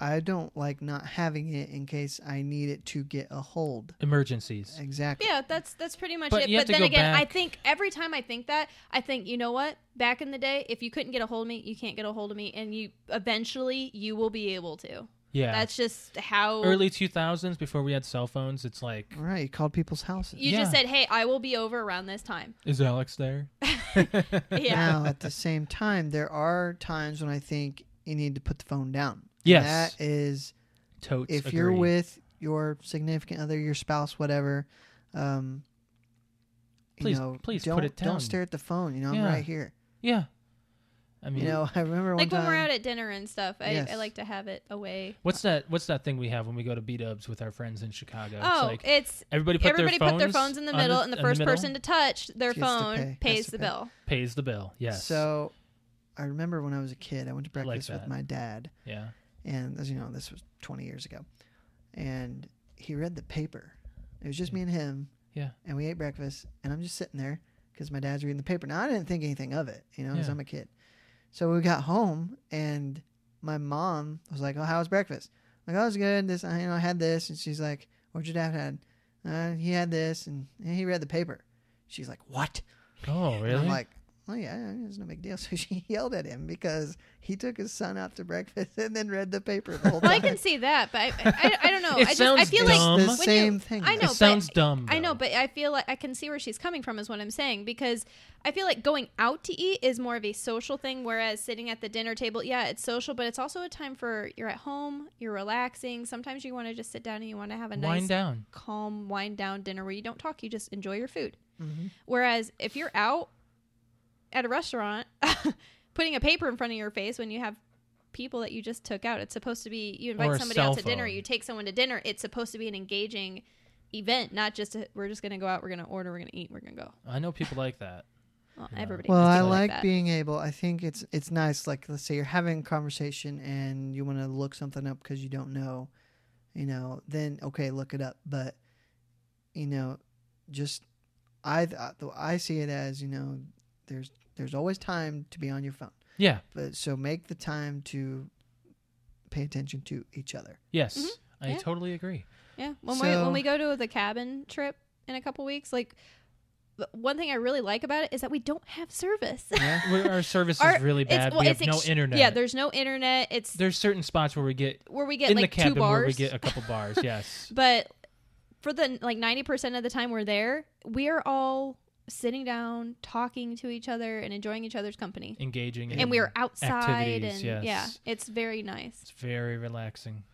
B: I don't like not having it in case I need it to get a hold.
C: emergencies.
B: Exactly.
A: Yeah, that's that's pretty much
C: But
A: it.
C: you have
A: But then
C: to go
A: again, I
C: back-
A: think every time I think that, I think you know what? Back in the day, if you couldn't get a hold of me, you can't get a hold of me, and you eventually you will be able to.
C: Yeah.
A: That's just how
C: Early 2000s, before we had cell phones, it's like,
B: All right, you called people's houses.
A: you just
C: yeah.
A: said, "Hey, I will be over around this time."
C: is Alex there?
A: Yeah.
B: Now at the same time, there are times when I think you need to put the phone down.
C: Yes.
B: That is
C: Totes.
B: if you're
C: agree.
B: with your significant other, your spouse, whatever, um
C: Please-
B: you know,
C: please put
B: don't,
C: it down.
B: Don't stare at the phone. You know, I'm
C: Yeah.
B: right here.
C: Yeah. I mean,
B: You know, I remember
A: like
B: one
A: when
B: time,
A: we're out at dinner and stuff, I, I
B: Yes.
A: like to have it away.
C: what's that what's that thing we have when we go to B Dubs with our friends in Chicago?
A: oh,
C: it's like
A: it's
C: everybody put
A: everybody
C: their phones
A: put their phones in the
C: on
A: middle, and the
C: in
A: first
C: middle,
A: person to touch their
B: Gets to
A: phone
B: pay, has
A: pays
B: to
A: the
B: pay.
A: bill.
C: pays the bill. Yes.
B: So I remember when I was a kid, I went to
C: Like
B: breakfast with
C: that.
B: my dad,
C: yeah.
B: and as you know, this was 20 years ago, and he read the paper. It was just me and him.
C: Yeah.
B: And we ate breakfast, and I'm just sitting there because my dad's reading the paper. Now I didn't think anything of it, you know, because
C: Yeah.
B: I'm a kid. So we got home, and my mom was like, "Oh, how was breakfast?" I'm like, "Oh, it was good. This, I, you know, I had this," and she's like, "What'd your dad had?" Uh, he had this, and, and he read the paper. She's like, "What?"
C: Oh,
B: And
C: really?
B: I'm like, "Oh yeah, yeah, it's no big deal." So she yelled at him because he took his son out to breakfast and then read the paper the whole
A: Well, I
B: time.
A: can see that, but I, I, I don't know.
C: It
A: I just I
C: sounds
A: feel
C: dumb.
A: like
B: It's the
A: when you-
B: same thing.
A: I know,
B: though.
C: it
A: but
C: sounds dumb.
A: I know,
C: though.
A: but I feel like I can see where she's coming from is what I'm saying because I feel like going out to eat is more of a social thing whereas sitting at the dinner table, yeah, it's social, but it's also a time for you're at home, you're relaxing. Sometimes you want to just sit down and you want to have a nice
C: wind down.
A: calm wind down dinner where you don't talk, you just enjoy your food.
C: Mm-hmm.
B: Mhm.
A: Whereas if you're out at a restaurant putting a paper in front of your face when you have people that you just took out, it's supposed to be you
C: Or
A: invite
C: a
A: somebody out
C: cell
A: to dinner,
C: phone.
A: you take someone to dinner, it's supposed to be an engaging event, not just a, we're just going to go out, we're going to order, we're going to eat, we're going to go.
C: I know people like that.
A: Well,
C: Yeah.
A: everybody
B: Well,
A: has
B: I
A: people
B: like
A: that.
B: being able. I think it's it's nice. Like let's say you're having a conversation and you want to look something up because you don't know, you know. Then okay, look it up. But you know, just I I- I see it as you know, there's there's always time to be on your phone.
C: Yeah.
B: But so make the time to pay attention to each other.
C: Yes.
A: Mhm.
C: I
A: Yeah.
C: totally agree.
A: Yeah. When we
B: So-
A: when we go to the cabin trip in a couple weeks, like the one thing I really like about it is that we don't have service.
B: Yeah.
C: We- Our service
A: Our-
C: is really
A: it's-
C: bad.
A: well,
C: we have
A: it's
C: no
A: ex-
C: internet.
A: Yeah, there's no internet. It's
C: there's certain spots where we get
A: where we get
C: in
A: like
C: the cabin
A: two bars.
C: where we get a couple bars. Yes.
A: but for the like 90% of the time we're there, we are all sitting down, talking to each other and enjoying each other's company.
C: Engaging. in
A: And we are outside
C: activities,
A: and
C: yes.
A: yeah, it's very nice.
C: It's very relaxing.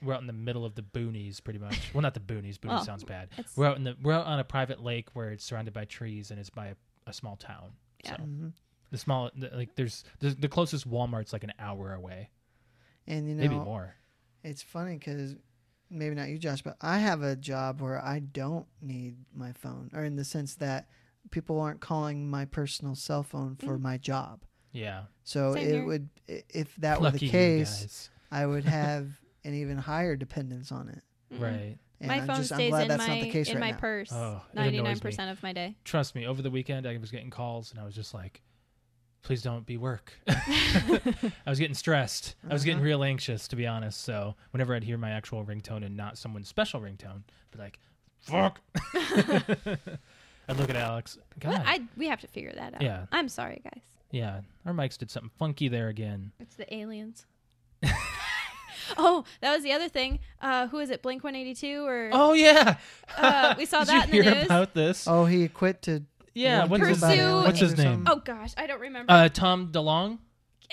C: We're out in the middle of the boonies, pretty much. Well, not the boonies. Boonies
A: Well,
C: sounds bad.
A: It's
C: We're out in the we're out on a private lake where it's surrounded by trees and it's by a, a small town.
A: Yeah.
C: So
B: hmm
C: the small the, like there's the, the closest Walmart's like an hour away,
B: And you know,
C: maybe more.
B: It's funny because maybe not you, Josh, but I have a job where I don't need my phone, or in the sense that people aren't calling my personal cell phone for my job.
C: Yeah.
B: So
A: Mm. Same
B: it
A: here.
B: would, i- if that were
C: Lucky
B: the
C: you
B: case,
C: guys.
B: I would have an even higher dependence on it.
A: mm-mm.
C: Right.
B: And
A: Mm-hmm. my
B: I'm
A: phone
B: just, I'm
A: stays
B: glad
A: in
B: that's
A: my
B: not the case
A: in
B: right
A: my
B: now.
A: purse
C: Oh, it annoys me.
A: 99% of my day.
C: Trust me, over the weekend I was getting calls and I was just like, please don't be work. I was getting stressed. I was getting
B: Uh-huh.
C: real anxious, to be honest. So whenever I'd hear my actual ringtone and not someone's special ringtone, I'd be like, fuck. I'd look at Alex. God.
A: Well, I we have to figure that out.
C: Yeah.
A: I'm sorry, guys.
C: yeah. Our mics did something funky there again.
A: It's the aliens. oh, that was the other thing. Uh, who is it? Blink 182 or
C: Oh, yeah.
A: uh, we saw
C: Did
A: that
C: you
A: in the
C: hear
A: news.
C: about this?
B: Oh, he quit to
C: yeah.
B: warn
C: What's
B: people
C: his,
B: about
A: Pursue-
B: aliens
C: what's his
B: or
C: name?
B: something?
A: oh gosh, I don't remember.
C: Uh, Tom DeLong.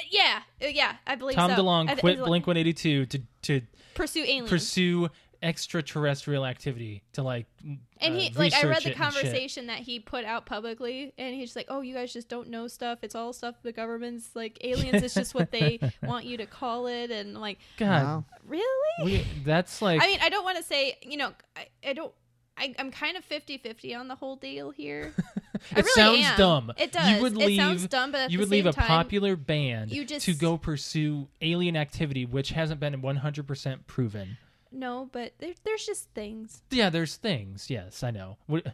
A: yeah, uh, yeah, I believe
C: Tom
A: so.
C: DeLong
A: I th-
C: quit
A: it's like,
C: Blink 182 to, to
A: Pursue aliens.
C: pursue extraterrestrial activity to like
A: and
C: uh,
A: he like I read
C: research
A: the
C: it and shit.
A: conversation that he put out publicly, and he's just like, "Oh, you guys just don't know stuff. It's all stuff the government's like aliens. It's just what they want you to call it." And like,
C: God,
B: Wow.
A: really?
C: we, that's like
A: I mean, I don't want to say, you know, I, I don't. I, I'm kind of 50-50 on the whole deal here. I
C: it
A: really
C: sounds
A: am.
C: dumb.
A: It does.
C: You would
A: it
C: leave.
A: sounds dumb, but at
C: you
A: the
C: would leave
A: same
C: a
A: time,
C: popular band
A: you just-
C: to go pursue alien activity, which hasn't been 100% proven.
A: No, but there, there's just things.
C: Yeah, there's things. Yes, I know. What,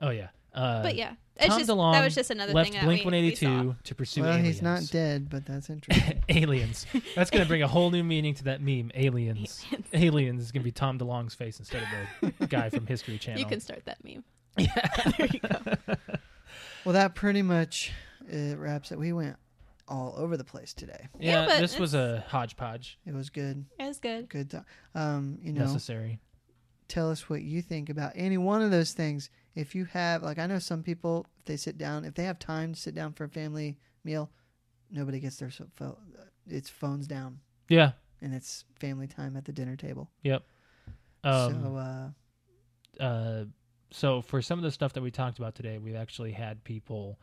C: oh yeah. Uh,
A: But yeah, it's
C: Tom
A: just
C: DeLonge
A: that was just another
C: left
A: thing that
C: Blink
A: we,
C: 182
A: we saw.
C: to pursue
B: Well,
C: aliens.
B: he's not dead, but that's interesting.
C: aliens. That's gonna bring a whole new meaning to that meme. Aliens.
A: Aliens.
C: aliens is gonna be Tom DeLong's face instead of the guy from History Channel.
A: You can start that meme.
B: well, that pretty much uh, wraps it. We went all over the place today.
A: Yeah,
C: Yeah,
A: but
C: this was a hodgepodge.
B: It was good.
A: That's good.
B: Good. to- um, you know,
C: Necessary.
B: tell us what you think about any one of those things. If you have, like, I know some people, if they sit down, if they have time to sit down for a family meal, nobody gets their so- pho- It's phones down,
C: Yeah.
B: and it's family time at the dinner table. so,
C: Um,
B: uh,
C: so, uh, so for some of the stuff that we talked about today, we've actually had people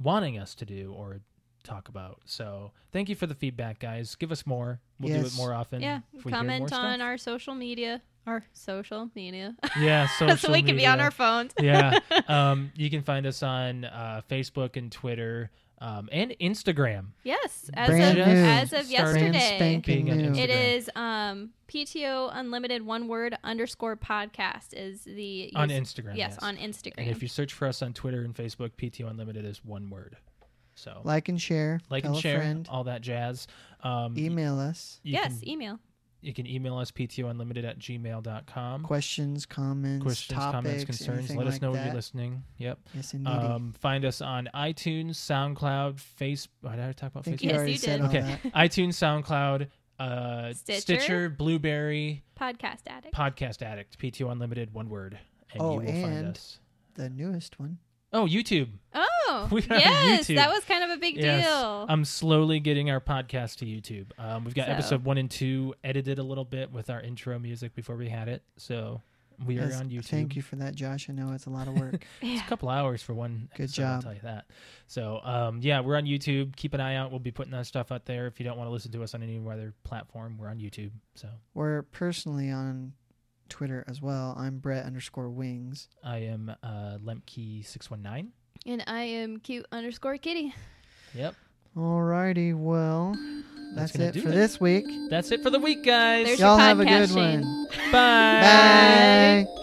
C: wanting us to do or talk about. So thank you for the feedback, guys. Give us more. We'll do
B: Yes.
C: it more often.
A: yeah,
C: if we hear more
A: comment
C: stuff.
A: on our social media. Our social media.
C: yeah social
A: so we can be on
C: media.
A: our phones.
C: yeah. Um, you can find us on uh, Facebook and Twitter um, and Instagram.
A: Yes, as
B: Brand
A: of
B: new.
A: as of
C: Start-
B: brand
A: yesterday.
B: spanking
C: Being on
B: new.
C: Instagram.
A: It is um, PTO Unlimited one word underscore podcast is the
C: On
A: use-
C: Instagram.
A: yes, on Instagram.
C: And if you search for us on Twitter and Facebook, PTO Unlimited is one word. So like,
B: Like and share. tell
C: and
B: a
C: share,
B: friend.
C: all that jazz. Um,
B: Email us.
C: you
A: yes, e-
C: can
A: email
C: you can email us ptounlimited at gmail.com.
B: Questions, comments,
C: Questions,
B: topics,
C: comments, concerns.
B: anything
C: Let us
B: like
C: know
B: that.
C: when you're listening. Yep.
B: Yes, indeed.
C: Um, find us on iTunes, SoundCloud, Facebook. Did I
B: I
C: talk about
B: think
C: Facebook?
B: you
A: Yes,
B: already
A: you
B: said
A: did.
B: all
C: Okay.
B: that.
C: iTunes, SoundCloud, uh,
A: Stitcher.
C: Blueberry,
A: Podcast addict.
C: Podcast Addict, PTO Unlimited, one word, and
B: Oh,
C: you will find
B: and-
C: us.
B: The newest one.
C: Oh, YouTube.
A: oh,
C: We got a
A: yes,
C: YouTube.
A: that was kind of a big
C: Yes. Um,
A: deal.
C: I'm slowly getting our podcast to YouTube. Um, we've got
A: So-
C: episode one and two edited a little bit with our intro music before we had it, so we are
B: Yes,
C: on YouTube.
B: Thank you for that, Josh. I know it's a lot of work.
A: Yeah.
C: It's a couple hours for one.
B: Good
C: episode, I'll
B: job.
C: tell you that. So um, yeah, we're on YouTube. Keep an eye out. We'll be putting that stuff out there. If you don't want to listen to us on any other platform, we're on YouTube. So
B: We're personally on Twitter as well. I'm Brett underscore Wings.
C: I am uh, Lemke six one nine.
A: And I am cute underscore kitty.
C: Yep,
B: Alrighty, well, that's,
C: gonna
B: it
C: do
B: for
C: it.
B: this week.
C: that's it for the week, guys.
A: There's your
B: Y'all have a
A: podcast,
B: good
A: Shane.
B: one.
C: Bye.
B: Bye.